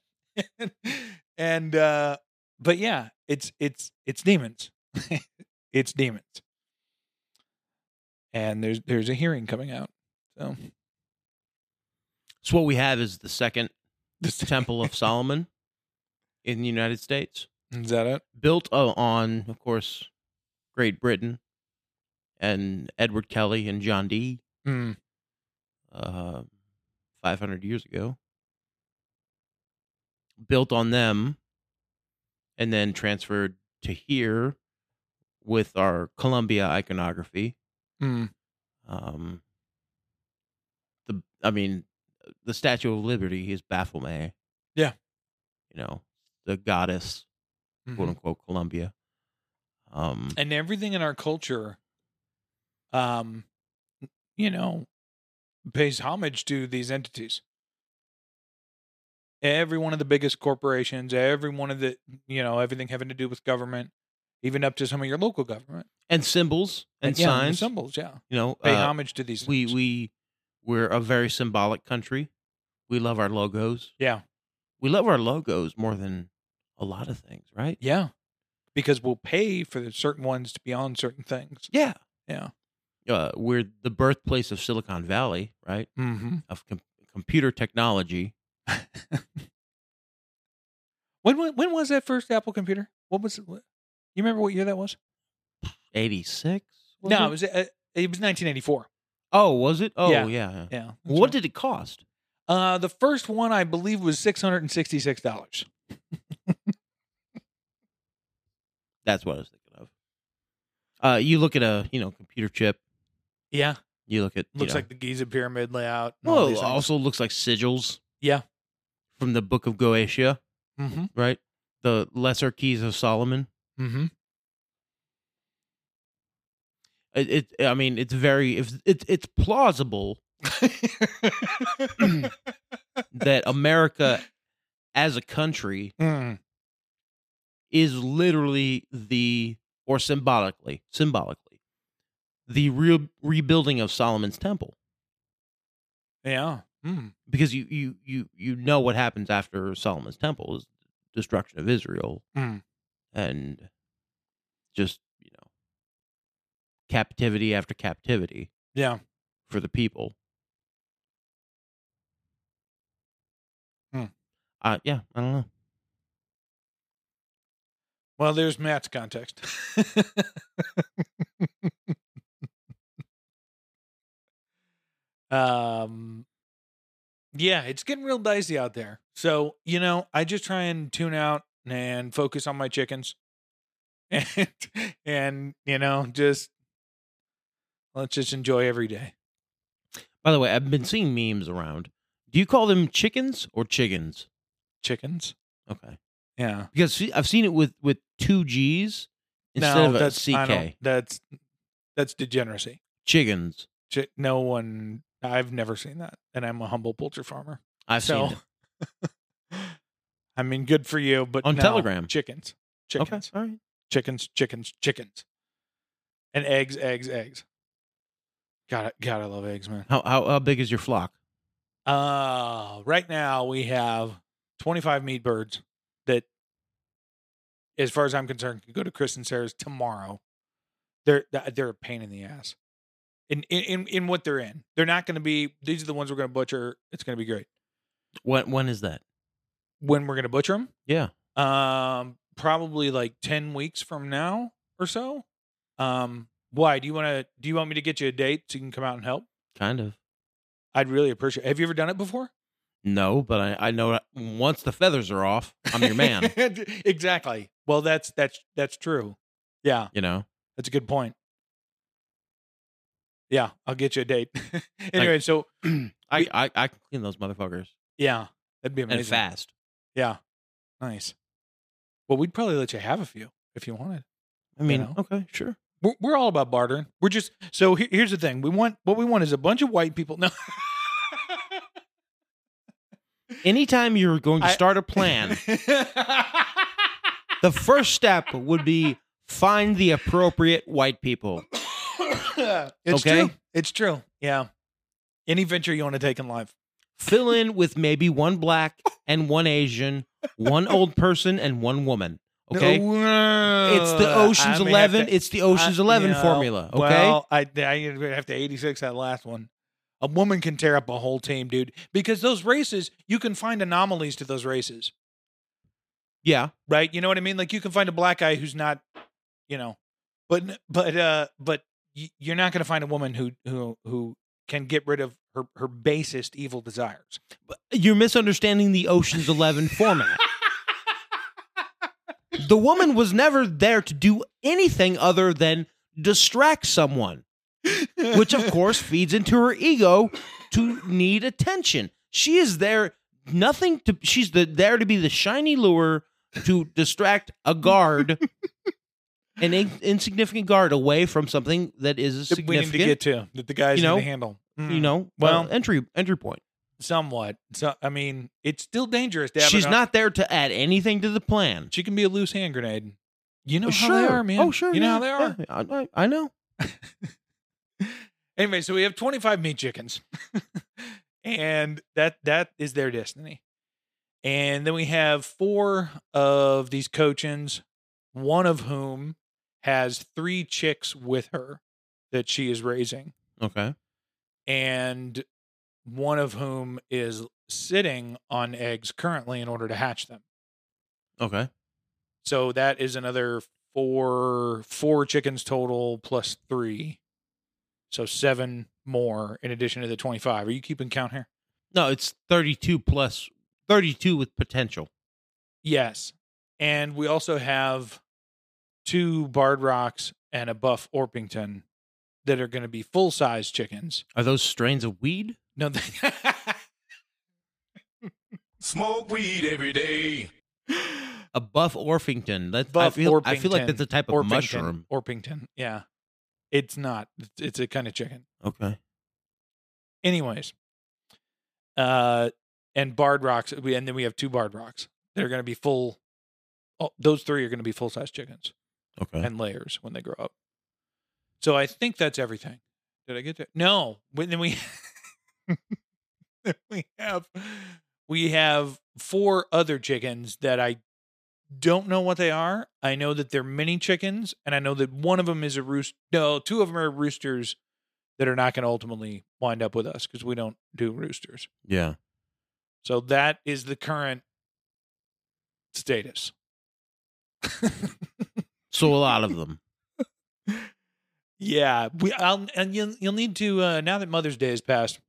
and uh but yeah, it's it's it's demons. it's demons. And there's there's a hearing coming out. So So what we have is the second Temple of Solomon in the United States, Is that it? built uh, on, of course, Great Britain and Edward Kelly and John Dee Mm. uh, 500 years ago. Built on them and then transferred to here with our Columbia iconography. Mm. Um, the I mean, the Statue of Liberty is Baphomet. Yeah. you know the goddess, Mhm. quote unquote, Columbia. Um, And everything in our culture, um, you know, pays homage to these entities. Every one of the biggest corporations, every one of the, you know, everything having to do with government, even up to some of your local government and symbols and yeah, signs. symbols, yeah, you know, pay uh, homage to these. we things. we we're a very symbolic country. We love our logos. yeah, We love our logos more than a lot of things, right? yeah, because we'll pay for the certain ones to be on certain things. Yeah. Yeah. Uh, we're the birthplace of Silicon Valley, right? Mm-hmm. Of com- computer technology. When, when when was that first Apple computer? What was it? What, you remember what year that was? 86? was no, it was uh, it was 1984. Oh, was it? Oh, Yeah. yeah. yeah. Yeah. that's What right. did it cost? uh the first one I believe was six hundred and sixty six dollars. That's what I was thinking of. Uh, you look at a you know computer chip. Yeah. You look at you Looks know- like the Giza pyramid layout. and all well, these things. also looks like sigils. Yeah. from the Book of Goetia, Mhm. right? The Lesser Keys of Solomon. Mhm. It, it I mean, it's very it's it's, it's plausible Mm-hmm. that America, as a country, Mm. is literally the or symbolically symbolically the real rebuilding of Solomon's temple Yeah. Mm. because you you you you know what happens after Solomon's temple is destruction of Israel Hmm. and just you know captivity after captivity Yeah. for the people Hmm. uh yeah I don't know Well, there's Matt's context. um yeah, it's getting real dicey out there. So, you know, I just try and tune out and focus on my chickens. And and you know, just let's just enjoy every day. by the way I've been seeing memes around do you call them chickens or chickens Chickens. okay Yeah. because see, I've seen it with with two G's instead no, of a that's I don't- CK. that's that's degeneracy. Chickens. Chi- No one I've never seen that. And I'm a humble poultry farmer. I've so, seen it. I mean, good for you, but On no. Telegram. chickens, chickens, Okay, all right. chickens, chickens, chickens, and eggs, eggs, eggs. God, I- God, I love eggs, man. How, how how big is your flock? Uh, right now we have 25 meat birds that, as far as I'm concerned, can go to Chris and Sarah's tomorrow. They're th- they're a pain in the ass, in in in, in what they're in. They're not going to be. These are the ones we're going to butcher. It's going to be great When when is that? when we're going to butcher them. Yeah. um probably like 10 weeks from now or so um why do you want to do you want me to get you a date so you can come out and help Kind of. i'd really appreciate have you ever done it before No, but I I know that once the feathers are off, I'm your man. exactly well that's that's that's true yeah you know. that's a good point yeah i'll get you a date anyway so I, I I can clean those motherfuckers yeah that'd be amazing and fast. yeah nice well we'd probably let you have a few if you wanted I mean, know? okay, sure. we're, we're all about bartering. We're just so here, here's the thing. We want what we want is a bunch of white people. No. Anytime you're going to I- start a plan, the first step would be find the appropriate white people. it's Okay. true. It's true. Yeah. Any venture you want to take in life. Fill in with maybe one black and one Asian, one old person and one woman. Okay. It's the Ocean's Eleven. it's the Ocean's Eleven formula. Okay. Well, I, I have to 86 that last one. A woman can tear up a whole team, dude, because those races, you can find anomalies to those races. yeah. right? You know what I mean? Like you can find a black guy who's not, you know, but but uh but y- you're not going to find a woman who who who can get rid of her her basest evil desires. You're misunderstanding the Ocean's Eleven format. the woman was never there to do anything other than distract someone, which of course feeds into her ego to need attention. She is there nothing to she's the, there to be the shiny lure to distract a guard an in, insignificant guard away from something that is That we need significant to get to that the guys You know, need to handle. you know Well- well entry entry point somewhat. So I mean, it's still dangerous. To have she's an- not there to add anything to the plan She can be a loose hand grenade. You know Oh, how they are, man. oh sure You know yeah, how they are. yeah, I- I, I know Anyway, so we have 25 meat chickens. and that that is their destiny. And then we have four of these cochins, one of whom has three chicks with her that she is raising, okay and one of whom is sitting on eggs currently in order to hatch them. okay So that is another four four chickens total plus three. So seven more in addition to the twenty five. Are you keeping count here? no it's 32 plus 32 with potential Yes. And we also have two Bard Rocks and a Buff Orpington that are going to be full size chickens. Are those strains of weed? No, they- Smoke weed every day. A buff Orpington. That's Buff I feel I feel like Orpington. that's a type of Orpington. mushroom. Orpington. Yeah. It's not. It's- It's a kind of chicken. Okay. Anyways. Uh and Bard Rocks. We and then we have two Bard Rocks. They're gonna be full oh, those three are gonna be full size chickens Okay. and layers when they grow up. So I think that's everything. Did I get that? No. When then we then we have we have four other chickens that I don't know what they are. I know that they're mini chickens, and I know that one of them is a roost. No, two of them are roosters that are not going to ultimately wind up with us because we don't do roosters. yeah. So that is the current status. So a lot of them. Yeah, we I'll and you'll you'll need to uh, now that Mother's Day is past,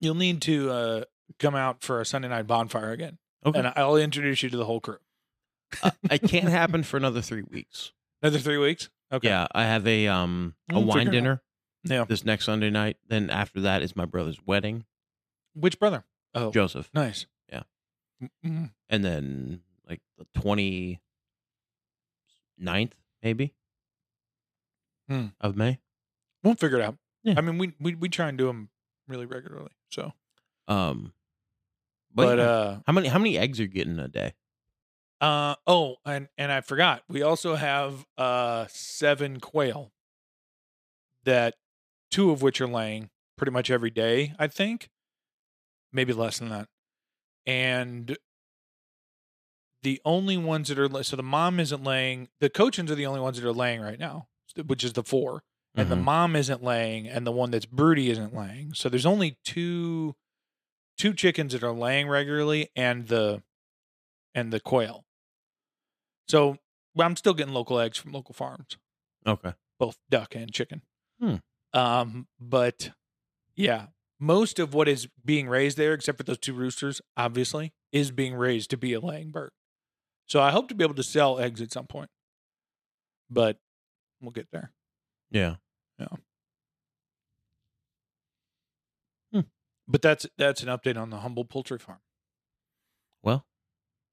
you'll need to uh, come out for a Sunday night bonfire again, Okay. and I'll introduce you to the whole crew. Uh, it can't happen for another three weeks. Another three weeks. Okay. Yeah, I have a um a We'll figure wine it out. dinner. Yeah. This next Sunday night. Then after that is my brother's wedding, Which brother? Oh, Joseph, nice. Yeah. Mm-hmm. and then like the 29th, maybe Hmm. of May. We'll figure it out. Yeah. I mean, we, we we try and do them really regularly. So, Um, but, but yeah. uh, how many how many eggs are you getting a day? uh, oh, and and I forgot. We also have uh seven quail. That two of which are laying pretty much every day. I think, maybe less than that, and. The only ones that are la- so the mom isn't laying. The cochins are the only ones that are laying right now, which is the four. and the Mhm. mom isn't laying and the one that's broody isn't laying so there's only two two chickens that are laying regularly and the and the quail so well, i'm still getting local eggs from local farms Mm-hmm. okay. both duck and chicken Hmm. um but yeah most of what is being raised there except for those two roosters obviously is being raised to be a laying bird so i hope to be able to sell eggs at some point but we'll get there Yeah. But that's that's an update on the humble poultry farm. Well,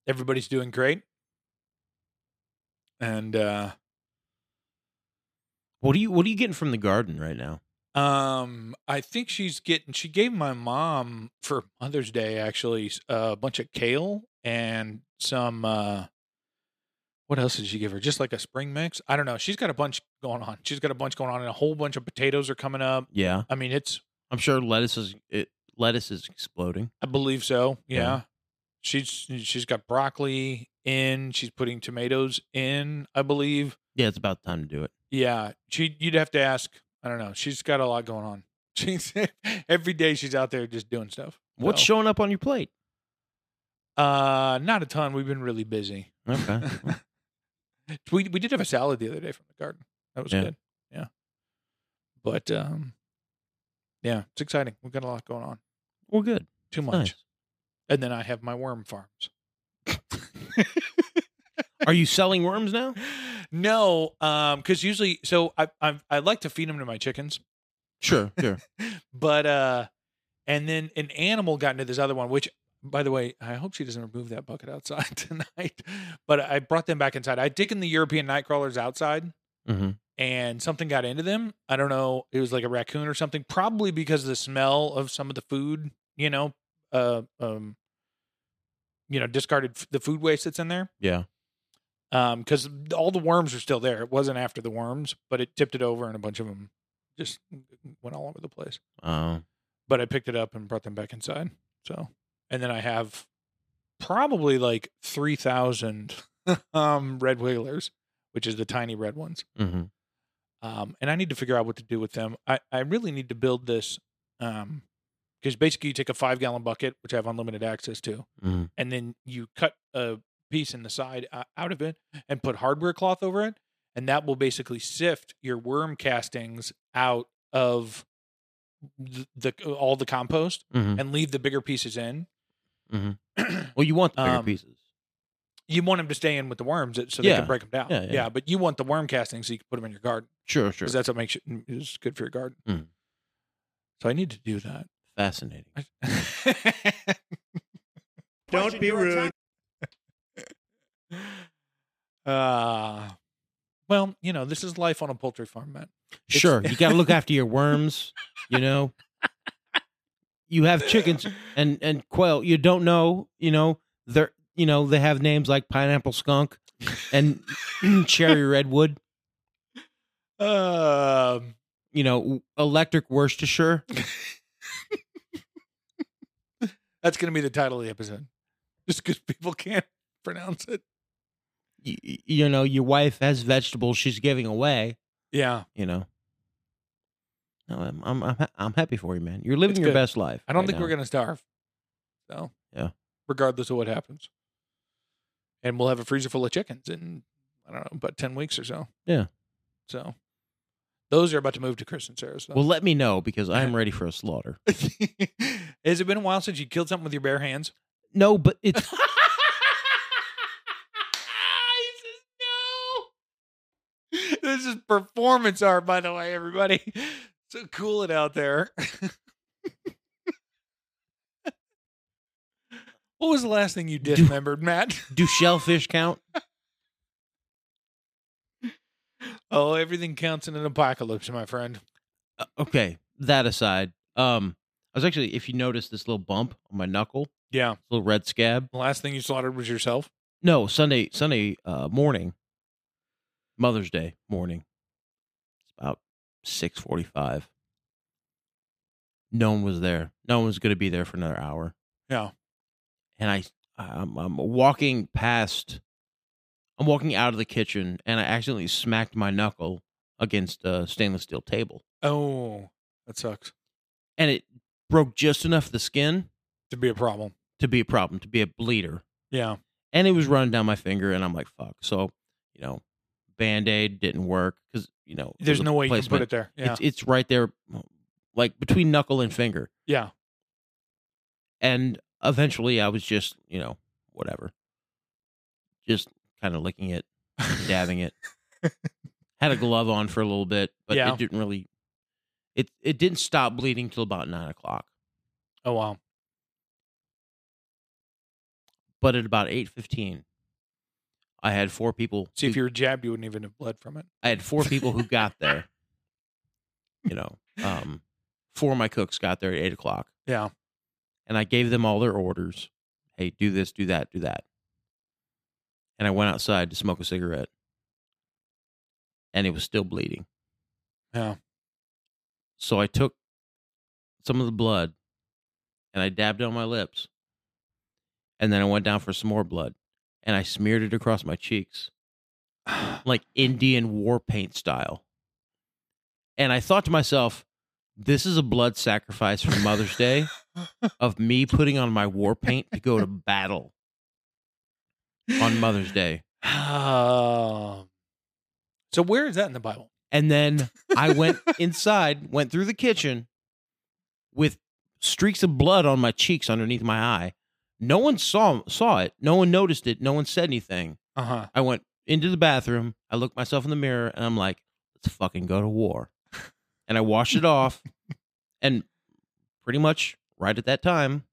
Everybody's doing great. And uh what are you what are you getting from the garden right now? um I think she's getting she gave my mom for Mother's Day actually a bunch of kale and some uh what else did she give her? Just like a spring mix? I don't know. She's got a bunch going on. She's got a bunch going on and a whole bunch of potatoes are coming up. Yeah, I mean, it's I'm sure lettuce is it lettuce is exploding. I believe so. Yeah. Yeah. She's she's got broccoli in, she's putting tomatoes in, I believe. Yeah, it's about time to do it. Yeah. She you'd have to ask. I don't know. She's got a lot going on. She's every day she's out there just doing stuff. What's So, showing up on your plate? uh not a ton. We've been really busy. Okay. we we did have a salad the other day from the garden. That was Yeah. good. Yeah. But um yeah, it's exciting. We've got a lot going on. well, good. Too much. Nice. And then I have my worm farms. Are you selling worms now? No, um, because usually, so I, I I like to feed them to my chickens, Sure, sure. but uh, and then an animal got into this other one, which by the way, I hope she doesn't remove that bucket outside tonight. But I brought them back inside. I'd taken the European night crawlers outside, mm-hmm. and something got into them. I don't know. It was like a raccoon or something, probably because of the smell of some of the food. You know, uh, um, you know, discarded f- the food waste that's in there. Yeah. um because all the worms are still there it wasn't after the worms but it tipped it over and a bunch of them just went all over the place Uh, but i picked it up and brought them back inside so and then i have probably like 3000 um red wigglers which is the tiny red ones mm-hmm. um and i need to figure out what to do with them i i really need to build this um because basically you take a five gallon bucket which i have unlimited access to Mm-hmm. and then you cut a piece in the side uh, out of it and put hardware cloth over it and that will basically sift your worm castings out of the, the all the compost Mhm. and leave the bigger pieces in mm-hmm. Well, you want the bigger Um, pieces. You want them to stay in with the worms it- so they Yeah. can break them down. Yeah, yeah. but you want the worm casting so you can put them in your garden Sure, sure. because that's what makes it is good for your garden. Mm. So I need to do that. Fascinating. Don't be rude. Uh, well, you know, this is life on a poultry farm, man. It's- Sure, you got to look after your worms. You know, you have chickens and and quail. You don't know. You know they're you know they have names like pineapple skunk and cherry redwood. Um, You know, electric Worcestershire. that's going to be the title of the episode. Just because people can't pronounce it. You, you know, your wife has vegetables she's giving away. Yeah. You know. No, I'm I'm I'm, ha- I'm happy for you, man. You're living It's your good. best life. I don't right think now. we're going to starve. So, Yeah. Regardless of what happens. And we'll have a freezer full of chickens in, I don't know, about 10 weeks or so. Yeah. So, those are about to move to Chris and Sarah's. Though. Well, let me know because I'm ready for a slaughter. Has it been a while since you killed something with your bare hands? No, but it's This is performance art, by the way, everybody. So cool it out there. what was the last thing you dismembered, Matt? do shellfish count? Oh, everything counts in an apocalypse, my friend. Uh, okay, that aside, um, I was actually, if you notice this little bump on my knuckle, Yeah. this little red scab. The last thing you slaughtered was yourself. No, Sunday, Sunday uh, morning, Mother's Day morning, it's about six forty-five. No one was there. No one was going to be there for another hour. Yeah. and I, I'm, I'm walking past. I'm walking out of the kitchen, and I accidentally smacked my knuckle against a stainless steel table, Oh, that sucks. and it broke just enough the skin To be a problem. to be a problem, to be a bleeder. Yeah. And it was running down my finger, and I'm like, fuck. So, you know, band aid didn't work because, you know, it was There's a no way you can put placement. it there. Yeah. It's, it's right there, like between knuckle and finger. yeah. And eventually I was just, you know, whatever, just kind of licking it, dabbing it. Had a glove on for a little bit, but Yeah. it didn't really. It it didn't stop bleeding till about nine o'clock, Oh, wow. but at about eight fifteen, I had four people. See, who if you were jabbed, you wouldn't even have bled from it. I had four people who got there. You know, um, four of my cooks got there at eight o'clock, Yeah. and I gave them all their orders. Hey, do this, do that, do that. And I went outside to smoke a cigarette, and it was still bleeding. Yeah. So I took some of the blood, and I dabbed it on my lips, and then I went down for some more blood, and I smeared it across my cheeks like Indian war paint style. And I thought to myself, this is a blood sacrifice for Mother's Day of me putting on my war paint to go to battle on Mother's Day. Um, so where is that in the Bible? And then I went inside, went through the kitchen with streaks of blood on my cheeks underneath my eye. No one saw saw it. No one noticed it. No one said anything. Uh huh. I went into the bathroom. I looked myself in the mirror and I'm like, let's fucking go to war. And I washed it off. And pretty much right at that time,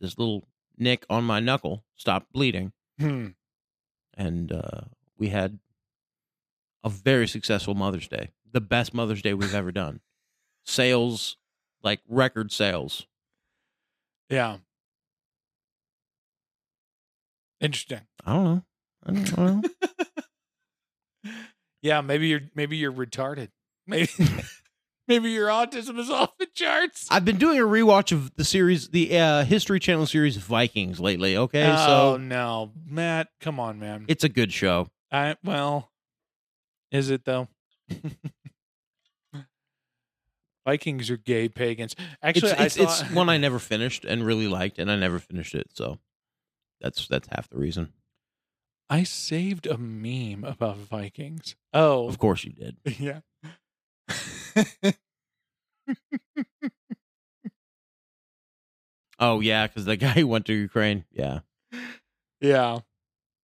this little nick on my knuckle stopped bleeding. Hmm. And uh, we had a very successful Mother's Day, the best Mother's Day we've ever done. Sales, like record sales. Yeah. Interesting. I don't know. I don't, I don't know. Yeah, maybe you're maybe you're retarded. Maybe maybe your autism is off the charts. I've been doing a rewatch of the series, the uh, History Channel series Vikings lately. Okay, oh so no, Matt! Come on, man. It's a good show. I well, is it though? Vikings are gay pagans. Actually, it's, it's, I it's saw, one I never finished and really liked, and I never finished it. So that's that's half the reason. I saved a meme about Vikings. Oh, Of course you did. Yeah. Oh yeah, because the guy who went to Ukraine. Yeah, yeah.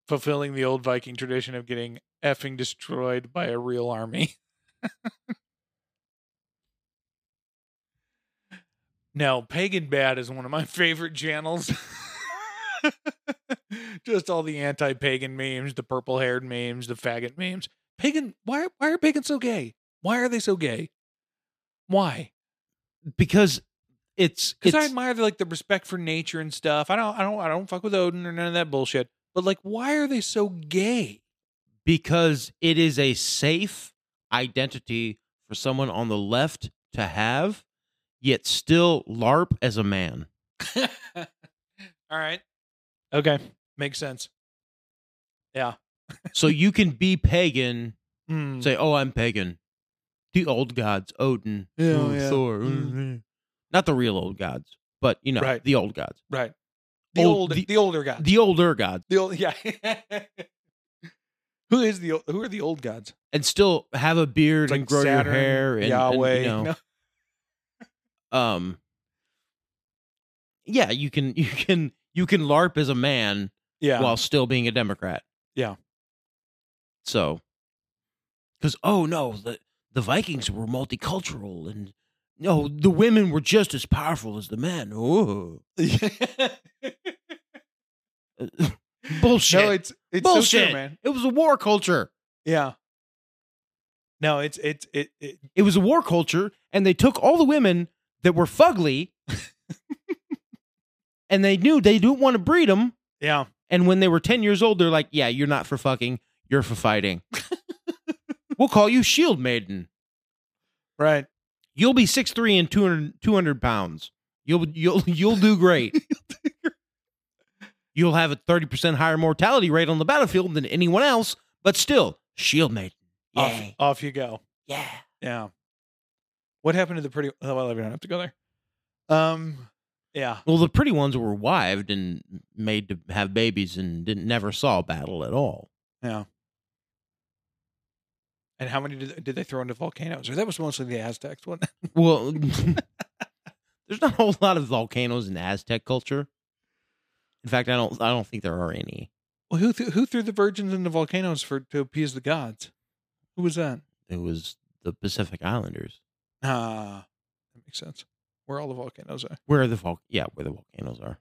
fulfilling the old Viking tradition of getting effing destroyed by a real army. no, Pagan Bad is one of my favorite channels. Just all the anti-pagan memes, the purple-haired memes, the faggot memes. Pagan, why why are pagans so gay? Why are they so gay? Why? because it's Because I it's- admire the, like the respect for nature and stuff. I don't, I don't, I don't fuck with Odin or none of that bullshit. But like, why are they so gay? because it is a safe identity for someone on the left to have, yet still LARP as a man. All right. Okay. Makes sense. so you can be pagan, Mm. say, "Oh, I'm pagan." The old gods, Odin, Yeah, mm, yeah. Thor, mm, mm. not the real old gods, but you know, Right. Uh. the old gods, Right. The Old- old, the- the, older guy. the older gods, The old, yeah. who is the? o- Who are the old gods? and still have a beard It's and grow Saturn, your hair and Yahweh. and, you know, No. um, yeah, you can, you can, you can LARP as a man Yeah. while still being a Democrat. Yeah. So, because oh no, the the Vikings were multicultural, and no, the women were just as powerful as the men. Ooh. Bullshit! No, it's it's so Bullshit! true, man. It was a war culture. Yeah. No, it's it's it, it It was a war culture, and they took all the women that were fugly, and they knew they didn't want to breed them. yeah. And when they were 10 years old, they're like, yeah, you're not for fucking, you're for fighting. we'll call you Shield Maiden. Right. You'll be 6'3 and 200, 200 pounds. You'll, you'll, you'll do great. you'll have a 30% higher mortality rate on the battlefield than anyone else, but still, Shield Maiden. Off, Yay. off you go. Yeah. Yeah. What happened to the pretty? Oh, well, we don't have to go there. Um. Yeah. Well, the pretty ones were wived and made to have babies and didn't never saw battle at all. And how many did they, did they throw into volcanoes? Or that was mostly the Aztecs, wasn't it? Well, there's not a whole lot of volcanoes in Aztec culture. In fact, I don't. I don't think there are any. Well, who th- who threw the virgins into volcanoes for to appease the gods? Who was that? It was the Pacific Islanders. Ah, that makes sense. Where all the volcanoes are. Where are the vol? Yeah, where the volcanoes are.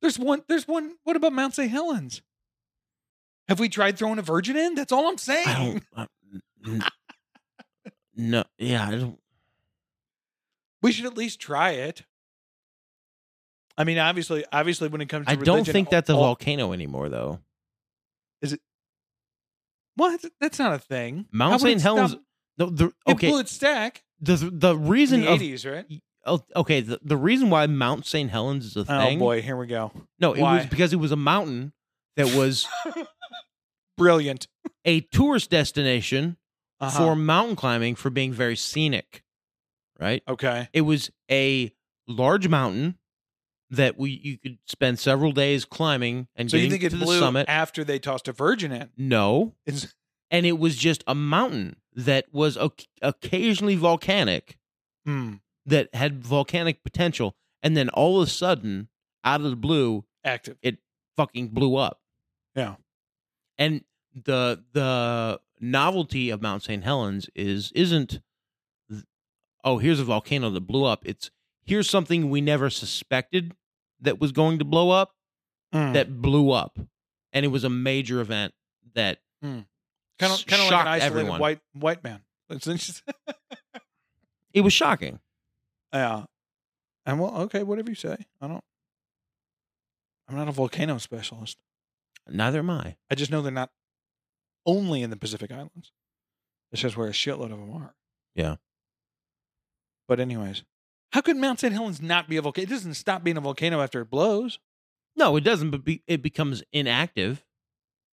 There's one. There's one. What about Mount St. Helens? Have we tried throwing a virgin in? That's all I'm saying. I don't. I, n- no. Yeah. I don't. we should at least try it. I mean, obviously, obviously, when it comes to I don't religion, think that's a all- volcano anymore, though. What? That's not a thing. Mount How would St. it stop- Helens- No. The, It okay. blew its stack The Oh, the in reason the of eighties, right? oh, okay the, the reason why Mount St. Helens is a thing. Oh boy, here we go. No, it was Why? because it was a mountain that was Brilliant. a tourist destination Uh-huh. for mountain climbing for being very scenic, right? okay. It was a large mountain that we you could spend several days climbing and So you getting think it to the blew summit. after they tossed a virgin in? no, It's- and it was just a mountain that was oc occasionally volcanic, Hmm. that had volcanic potential, and then all of a sudden, out of the blue, Active. fucking blew up. Yeah. And the the novelty of Mount St. Helens is isn't th- oh, here's a volcano that blew up. It's here's something we never suspected that was going to blow up Mm. that blew up. And it was a major event that kind of, kind of Hmm. like shocked an isolated everyone. white white man. It's just- it was shocking. yeah. And well, okay, whatever you say. I don't. I'm not a volcano specialist. Neither am I. I just know they're not only in the Pacific Islands. It's just where a shitload of them are. Yeah. But anyways, how could Mount St. Helens not be a volcano? It doesn't stop being a volcano after it blows, No, it doesn't but be, it becomes inactive.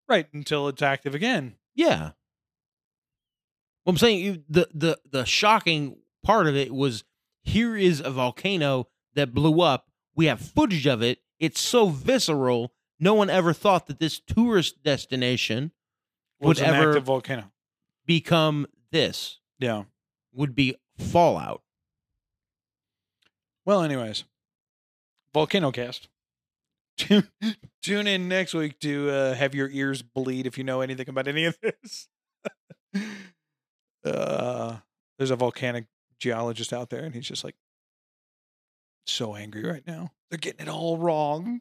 right? Until it's active again. Yeah. Well, I'm saying you, the the the shocking part of it was here is a volcano that blew up. We have footage of it. It's so visceral. No one ever thought that this tourist destination Well, it's an Whatever- active volcano. become this Yeah. would be fallout. Well, anyways, volcano cast. Tune, tune in next week to uh, have your ears bleed if you know anything about any of this. uh, there's a volcanic geologist out there, and he's just like so angry right now. They're getting it all wrong.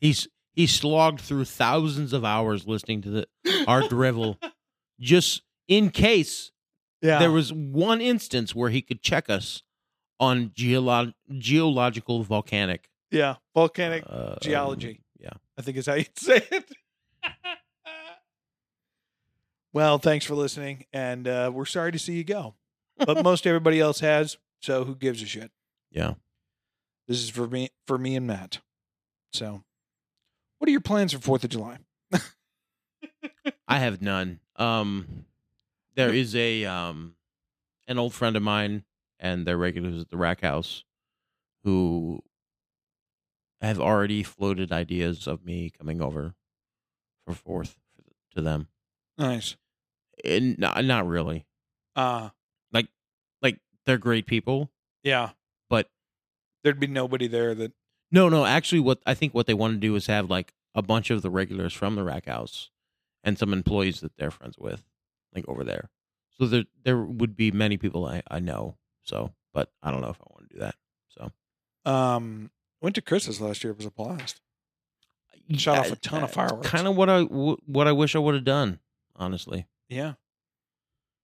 He's he slogged through thousands of hours listening to the our drivel, just in case Yeah, there was one instance where he could check us on geolo- geological volcanic yeah, volcanic uh, geology. yeah. I think is how you'd say it. well, thanks for listening, and uh, we're sorry to see you go, but most everybody else has, so who gives a shit? Yeah. This is for me, for me and Matt. So, what are your plans for Fourth of July? I have none. Um, there is a um, an old friend of mine and their regulars at the Rack House who have already floated ideas of me coming over for fourth to them. Nice. And not, not really. Uh Like they're great people, yeah. but There'd be nobody there that. no, no. Actually, what I think what they want to do is have like a bunch of the regulars from the Rack House and some employees that they're friends with, like over there. So there there would be many people I, I know. So, but I don't know if I want to do that. So Um, went to Chris's last year. It was a blast. Shot uh, off a ton of fireworks. Kind of what I w- what I wish I would have done, honestly, Yeah.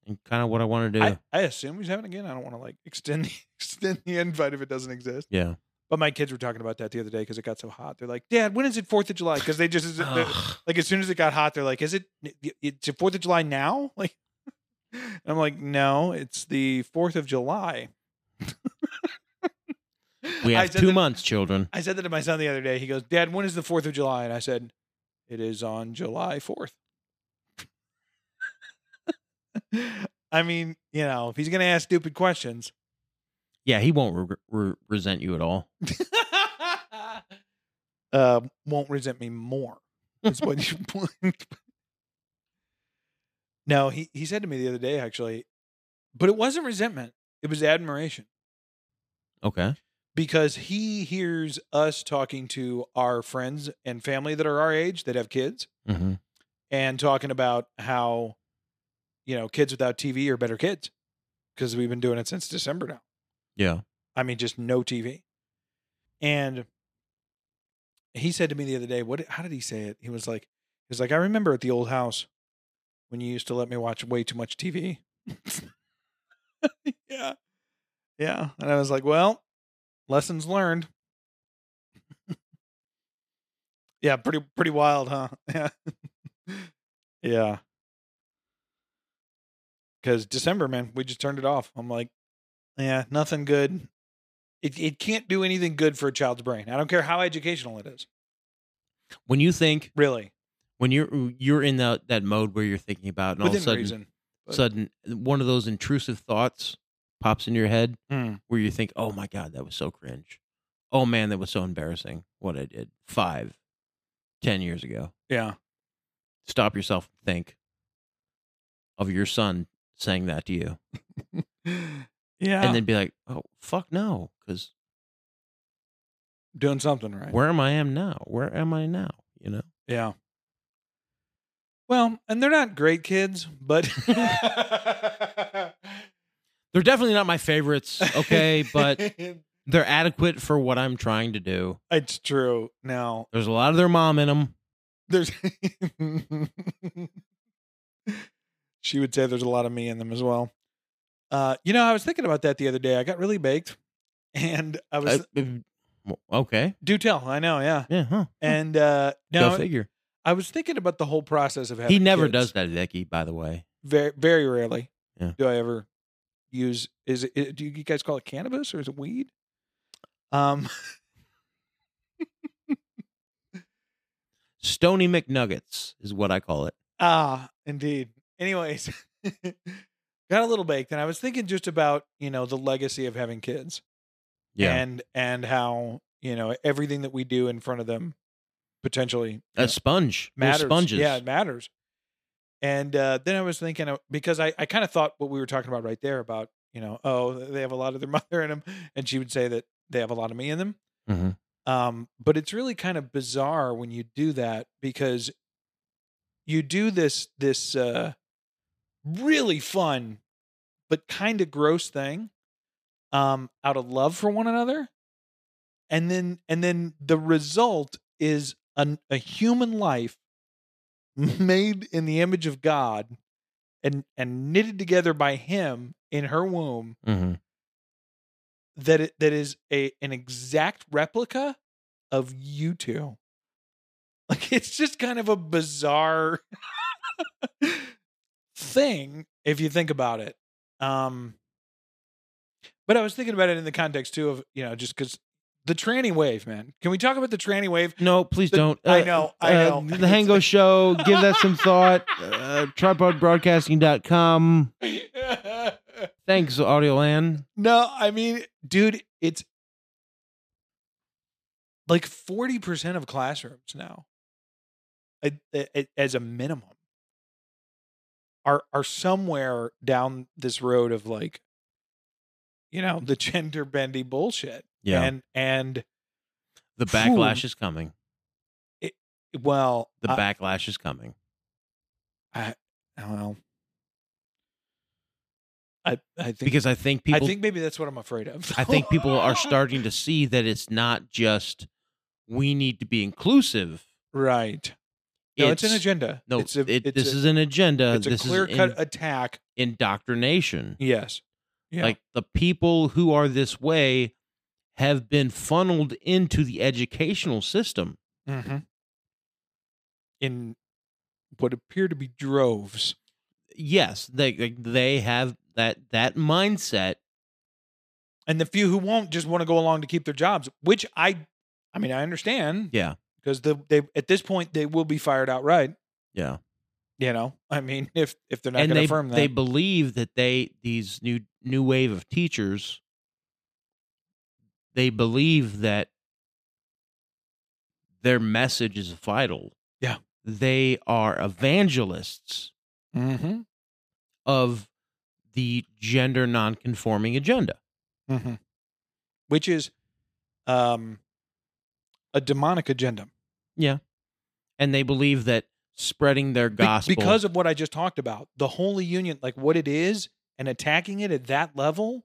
and kind of what I want to do. I, I assume he's having it again. I don't want to like extend the, extend the invite if it doesn't exist. yeah. But my kids were talking about that the other day because it got so hot. They're like, "Dad, when is it Fourth of July?" Because they just they're- Ugh. like as soon as it got hot, they're like, "Is it it's the Fourth of July now?" Like, and I'm like, "No, it's the Fourth of July." we I have said two that- months, children. I said that to my son the other day. He goes, "Dad, when is the Fourth of July?" And I said, "It is on July 4th. I mean, you know, if he's gonna ask stupid questions, Yeah, he won't re- re- resent you at all. uh, won't resent me more. Is what you want. No, he, he said to me the other day, actually, but it wasn't resentment. It was admiration Okay. because he hears us talking to our friends and family that are our age that have kids hmm and talking about how, you know, kids without TV are better kids because we've been doing it since December now. Yeah. I mean, just no TV. And he said to me the other day, "What? How did he say it?" He was like, "He was like, I remember at the old house when you used to let me watch way too much TV." yeah, yeah. And I was like, "Well, lessons learned." yeah, pretty pretty wild, huh? Yeah, yeah. Because December, man, we just turned it off. I'm like. Yeah, nothing good. It it can't do anything good for a child's brain. I don't care how educational it is. When you think Really, when you're you're in that that mode where you're thinking about and all of a within sudden reason. but- sudden one of those intrusive thoughts pops in your head Mm. where you think oh my god that was so cringe oh man that was so embarrassing what i did five ten years ago Yeah, stop yourself and think of your son saying that to you yeah. and then be like oh fuck no because doing something right. where am i am now where am i now you know Yeah. Well, and they're not great kids, but they're definitely not my favorites okay but they're adequate for what i'm trying to do it's true. Now there's a lot of their mom in them there's. she would say there's a lot of me in them as well. Uh, you know, I was thinking about that the other day. I got really baked, and I was okay do tell. I know, yeah. yeah huh And uh Hmm. Go no, figure. I was thinking about the whole process of having. He never kids. does that, Vicky. By the way, Very, very rarely. Yeah. Do I ever use? Is it? Do you guys call it cannabis or is it weed? Um. Stony McNuggets is what I call it. Ah, indeed. Anyways, got a little baked, and I was thinking just about you know the legacy of having kids. And and how you know everything that we do in front of them potentially a sponge. They're matters. Sponges. Yeah, it matters. And uh, then I was thinking uh, because I, I kind of thought what we were talking about right there about you know oh they have a lot of their mother in them, and she would say that they have a lot of me in them. Mhm. Um, but it's really kind of bizarre when you do that because you do this this uh, really fun but kind of gross thing um, out of love for one another, and then and then the result is an, a human life made in the image of God and and knitted together by Him in her womb Mm-hmm. that it, that is a an exact replica of you two. Like it's just kind of a bizarre thing if you think about it. Um but I was thinking about it in the context too of, you know, just cuz the tranny wave, man. Can we talk about the tranny wave? No, please The- don't. I know, I uh, know. the Hango Show. Give that some thought. Uh, tripodbroadcasting.com. Thanks, Audioland. no, I mean, dude, it's like 40% of classrooms now a- a- a- as a minimum are are somewhere down this road of like you know the gender bendy bullshit Yeah. and and The Phew. backlash is coming. well The I- backlash is coming. well i i think Because I think people i think maybe that's what i'm afraid of I think people are starting to see that it's not just we need to be inclusive. right no it's, an agenda No, it's a, it- it's this a, is an agenda. it's a Uh, this clear is cut in- attack indoctrination. yes yeah. Like the people who are this way have been funneled into the educational system. mm-hmm. in what appear to be droves Yes, they they have that that mindset. and the few who won't just want to go along to keep their jobs which i i mean i understand Yeah. because the, they at this point they will be fired outright Yeah. you know i mean if if they're not and going to they affirm that they believe that they these new new wave of teachers they believe that their message is vital. Yeah. They are evangelists mm-hmm, of the gender nonconforming agenda. mm-hmm. which is um a demonic agenda Be- And they believe that spreading their gospel because of what i just talked about the holy union like what it is and attacking it at that level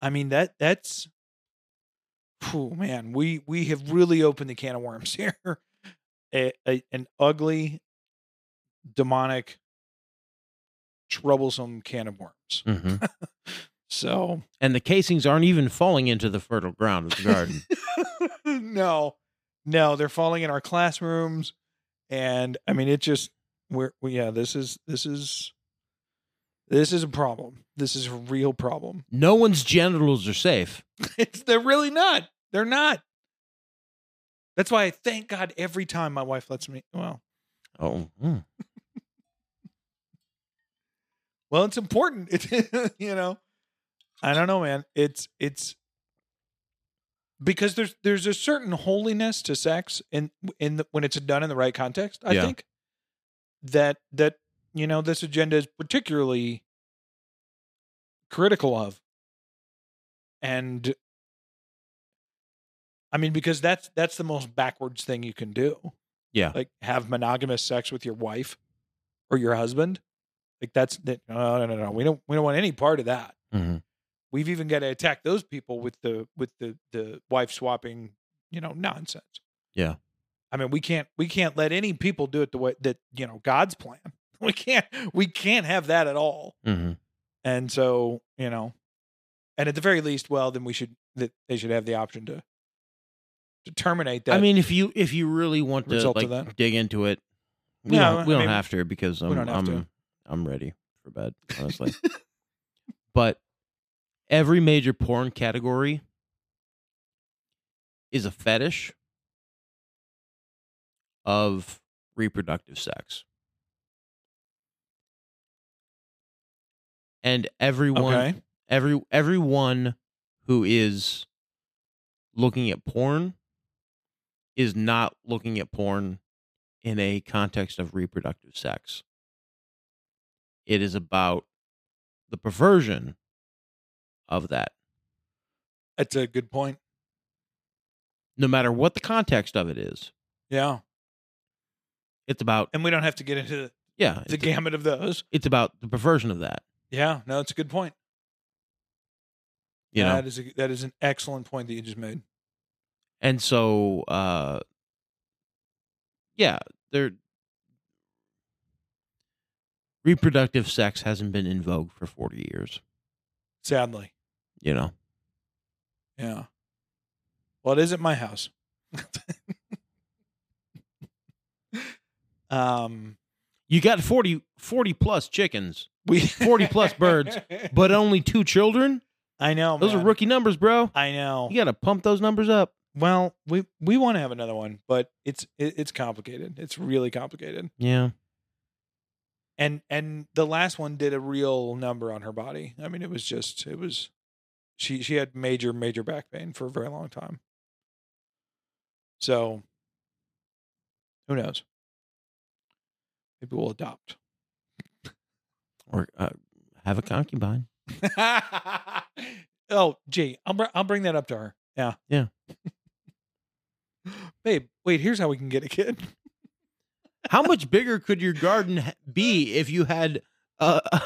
i mean that that's Phew, man we we have really opened the can of worms here a, a, an ugly demonic troublesome can of worms Mhm. so and the casings aren't even falling into the fertile ground of the garden. no, no, they're falling in our classrooms, and I mean, it just we're we, yeah. This is this is this is a problem. This is a real problem. no one's genitals are safe. It's they're really not. They're not. That's why I thank God every time my wife lets me. Well, Oh. hmm. mm. well, it's important. It, you know, I don't know, man. It's it's because there's there's a certain holiness to sex in in the, when it's done in the right context. I Yeah. think that that you know this agenda is particularly critical of, and I mean because that's that's the most backwards thing you can do. Yeah. like have monogamous sex with your wife or your husband. Like that's that. No, no, no, no. We don't. We don't want any part of that. Mhm. We've even got to attack those people with the with the the wife swapping, you know, nonsense. Yeah. I mean, we can't we can't let any people do it the way that you know God's plan. We can't we can't have that at all. Mhm. And so you know, and at the very least, well, then we should that they should have the option to to terminate that. I mean, if you if you really want to Result of like that. dig into it, we Yeah, don't, we I don't mean, have to because I'm don't have I'm to. I'm ready for bed, honestly. but every major porn category is a fetish of reproductive sex. And everyone okay. every everyone who is looking at porn is not looking at porn in a context of reproductive sex. It is about the perversion of that. That's a good point. no matter what the context of it is. Yeah. It's about And we don't have to get into the, yeah, the it's, gamut of those. it's about the perversion of that. Yeah. No, it's a good point. You know, That is a, that is an excellent point that you just made. And so, uh, yeah, there. Reproductive sex hasn't been in vogue for forty years. Sadly. You know, Yeah. Well, it is at my house. um, you got 40, 40 plus chickens, we 40 plus birds, but only two children. I know Those Oh, man. are rookie numbers, bro. I know. You got to pump those numbers up. Well, we we want to have another one, but it's it, it's complicated. It's really complicated. Yeah, And and the last one did a real number on her body. I mean, it was just it was she she had major major back pain for a very long time. So who knows? Maybe we'll adopt. or uh, have a concubine. oh, gee, I'll br- I'll bring that up to her. Yeah. Yeah. Babe, wait, here's how we can get a kid. How much bigger could your garden ha- be if you had a a,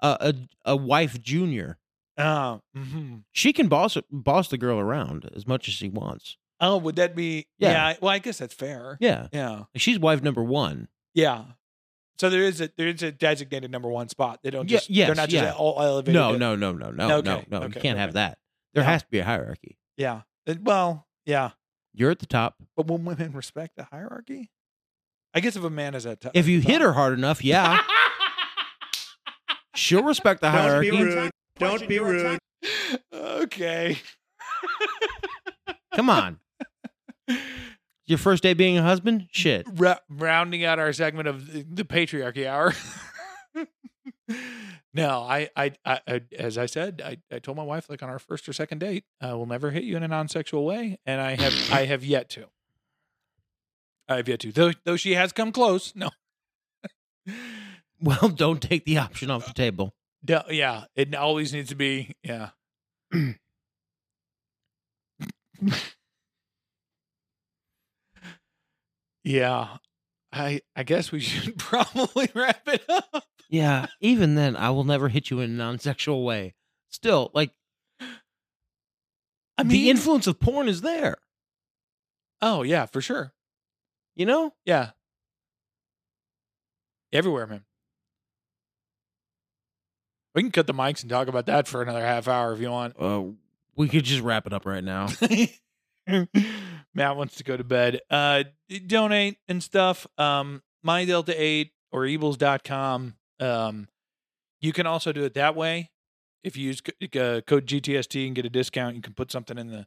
a, a wife junior? Uh, mhm. she can boss boss the girl around as much as she wants. Oh, would that be? Yeah. Yeah. I- well, I guess that's fair. Yeah, Yeah. she's wife number one. Yeah. So there is a there is a designated number one spot. They don't Yeah, just yes, they're not just yeah. all elevated. No, to- no, no, no, no, no, Okay, no. you okay, can't have okay. that. There No. has to be a hierarchy. Yeah. It- well, yeah. You're at the top. But will women respect the hierarchy? I guess if a man is at top, If you hit her hard enough, yeah, she'll respect the hierarchy. Don't be rude. okay. Come on. Your first day being a husband? Shit. Ra- rounding out our segment of the, the patriarchy hour. no, I, I, I, I- as I said, I, I told my wife like on our first or second date, I will never hit you in a non-sexual way, and I have, I have yet to. I have yet to, though, though she has come close. No, Well, don't take the option off the table. no yeah, it always needs to be, yeah. yeah, I, I guess we should probably wrap it up. Yeah. Even then, I will never hit you in a non-sexual way. Still, like I the influence of porn is there. oh yeah, for sure. You know? Yeah. Everywhere, man. We can cut the mics and talk about that for another half hour if you want. Uh, we could just wrap it up right now. Matt wants to go to bed. Uh donate and stuff. Um my delta 8 or evils.com. Um you can also do it that way. If you use c- uh, code GTST and get a discount, you can put something in the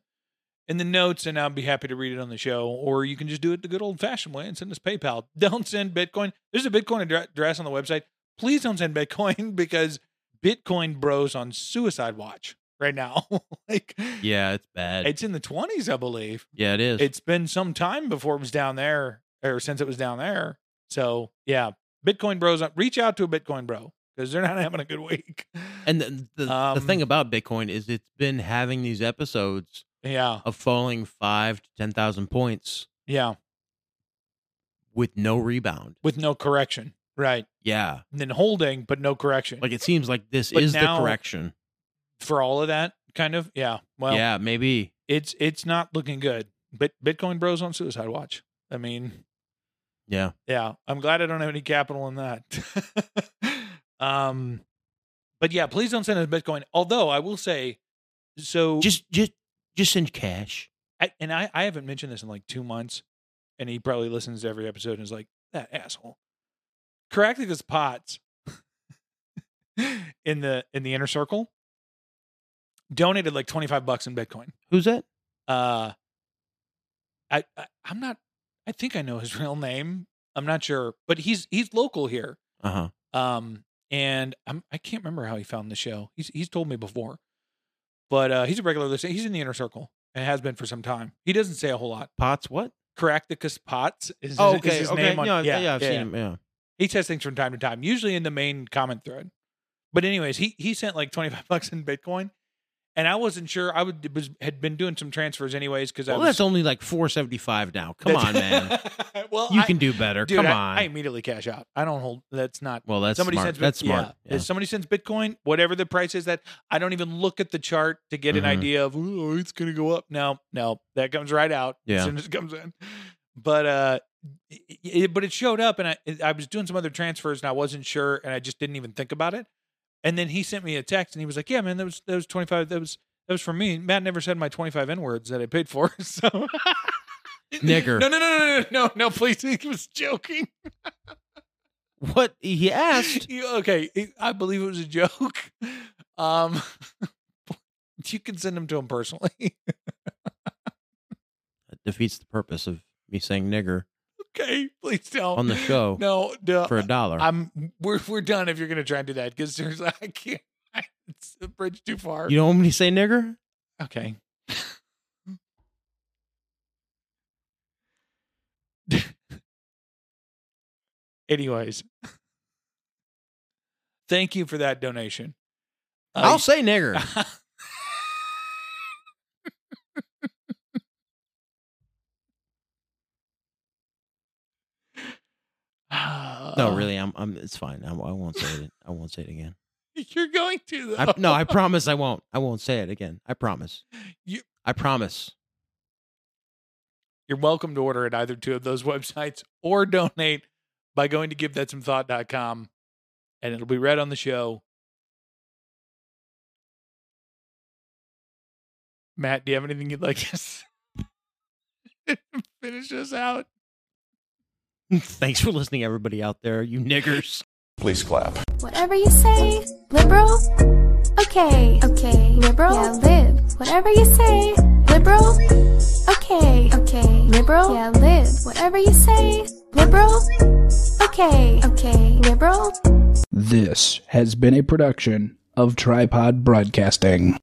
in the notes and I'll be happy to read it on the show or you can just do it the good old fashioned way and send us PayPal. Don't send Bitcoin. There's a Bitcoin addre- address on the website. Please don't send Bitcoin because Bitcoin bros on suicide watch right now. like Yeah, it's bad. it's in the 20s, I believe. yeah, it is. It's been some time before it was down there or since it was down there. So, yeah, Bitcoin bros, uh, reach out to a Bitcoin bro because they're not having a good week. and the, the, the Um, thing about Bitcoin is it's been having these episodes Yeah. of falling five to ten thousand points Yeah. with no rebound. With no correction. Right. Yeah, And then holding, but no correction. like it seems like this But is now- the correction. for all of that, kind of. Yeah. Well, yeah, maybe. it's it's not looking good. But Bitcoin bros on suicide watch. I mean, Yeah, Yeah, I'm glad I don't have any capital in that. um, but yeah, please don't send us Bitcoin. Although I will say, so just just just send cash. I, and I, I haven't mentioned this in like two months, and he probably listens to every episode and is like that asshole. Caractacus Potts in the in the inner circle donated like 25 bucks in Bitcoin. Who's that? uh I, I i'm not i think i know his real name i'm not sure but he's he's local here Uh huh. um and i'm i can't remember how he found the show he's he's told me before but uh he's a regular listener he's in the inner circle and has been for some time he doesn't say a whole lot Pots what? caractacus potts is, his- Oh, is okay, his okay. name on yeah, yeah, I've yeah, seen him. Yeah. he says things from time to time, usually in the main comment thread. But anyways, he he sent like twenty five bucks in Bitcoin, and I wasn't sure. I would was had been doing some transfers anyways because Well, I was. that's only like four seventy five now. Come on, man. well, You I- can do better. dude, Come I- on. I immediately cash out. I don't hold. That's not well, that's somebody smart. sends that's smart. yeah. Yeah. If somebody sends Bitcoin, whatever the price is, that I don't even look at the chart to get Mhm. an idea of oh, it's going to go up. No, no, that comes right out Yeah. as soon as it comes in. But uh, it, it- but it showed up, and I I was doing some other transfers, and I wasn't sure, and I just didn't even think about it. And then he sent me a text, and he was like, "Yeah, man, that was that was twenty five. That was that was for me. Matt never said my twenty five n words that I paid for, so." Nigger. No, no, no, no, no, no, no! Please, he was joking. What he asked. You- okay, it- I believe it was a joke. Um, you can send them to him personally. That defeats the purpose of me saying nigger okay, please don't. on the show no, no. for a dollar. I'm we're we're done if you're gonna try and do that because seriously, I can't. I, it's a bridge too far. you don't want me to say Uh, nigger? okay. Anyways, thank you for that donation. Uh, I'll say nigger. Uh. no, really, I'm. I'm it's fine. I, I won't say it. I won't say it again. You're going to though. I, no, I promise I won't. I won't say it again. I promise. You- I promise. You're welcome to order at either two of those websites or donate by going to givethatsomethought.com and it'll be read on the show. Matt, do you have anything you'd like to s- finish us out? Thanks for listening, everybody out there. You niggers. Please clap. Whatever you say, liberal. Okay, okay, liberal. Yeah, live. Whatever you say, liberal. Okay, okay, liberal. Yeah, live. Whatever you say, liberal. Okay, okay, liberal. This has been a production of Tripod Broadcasting.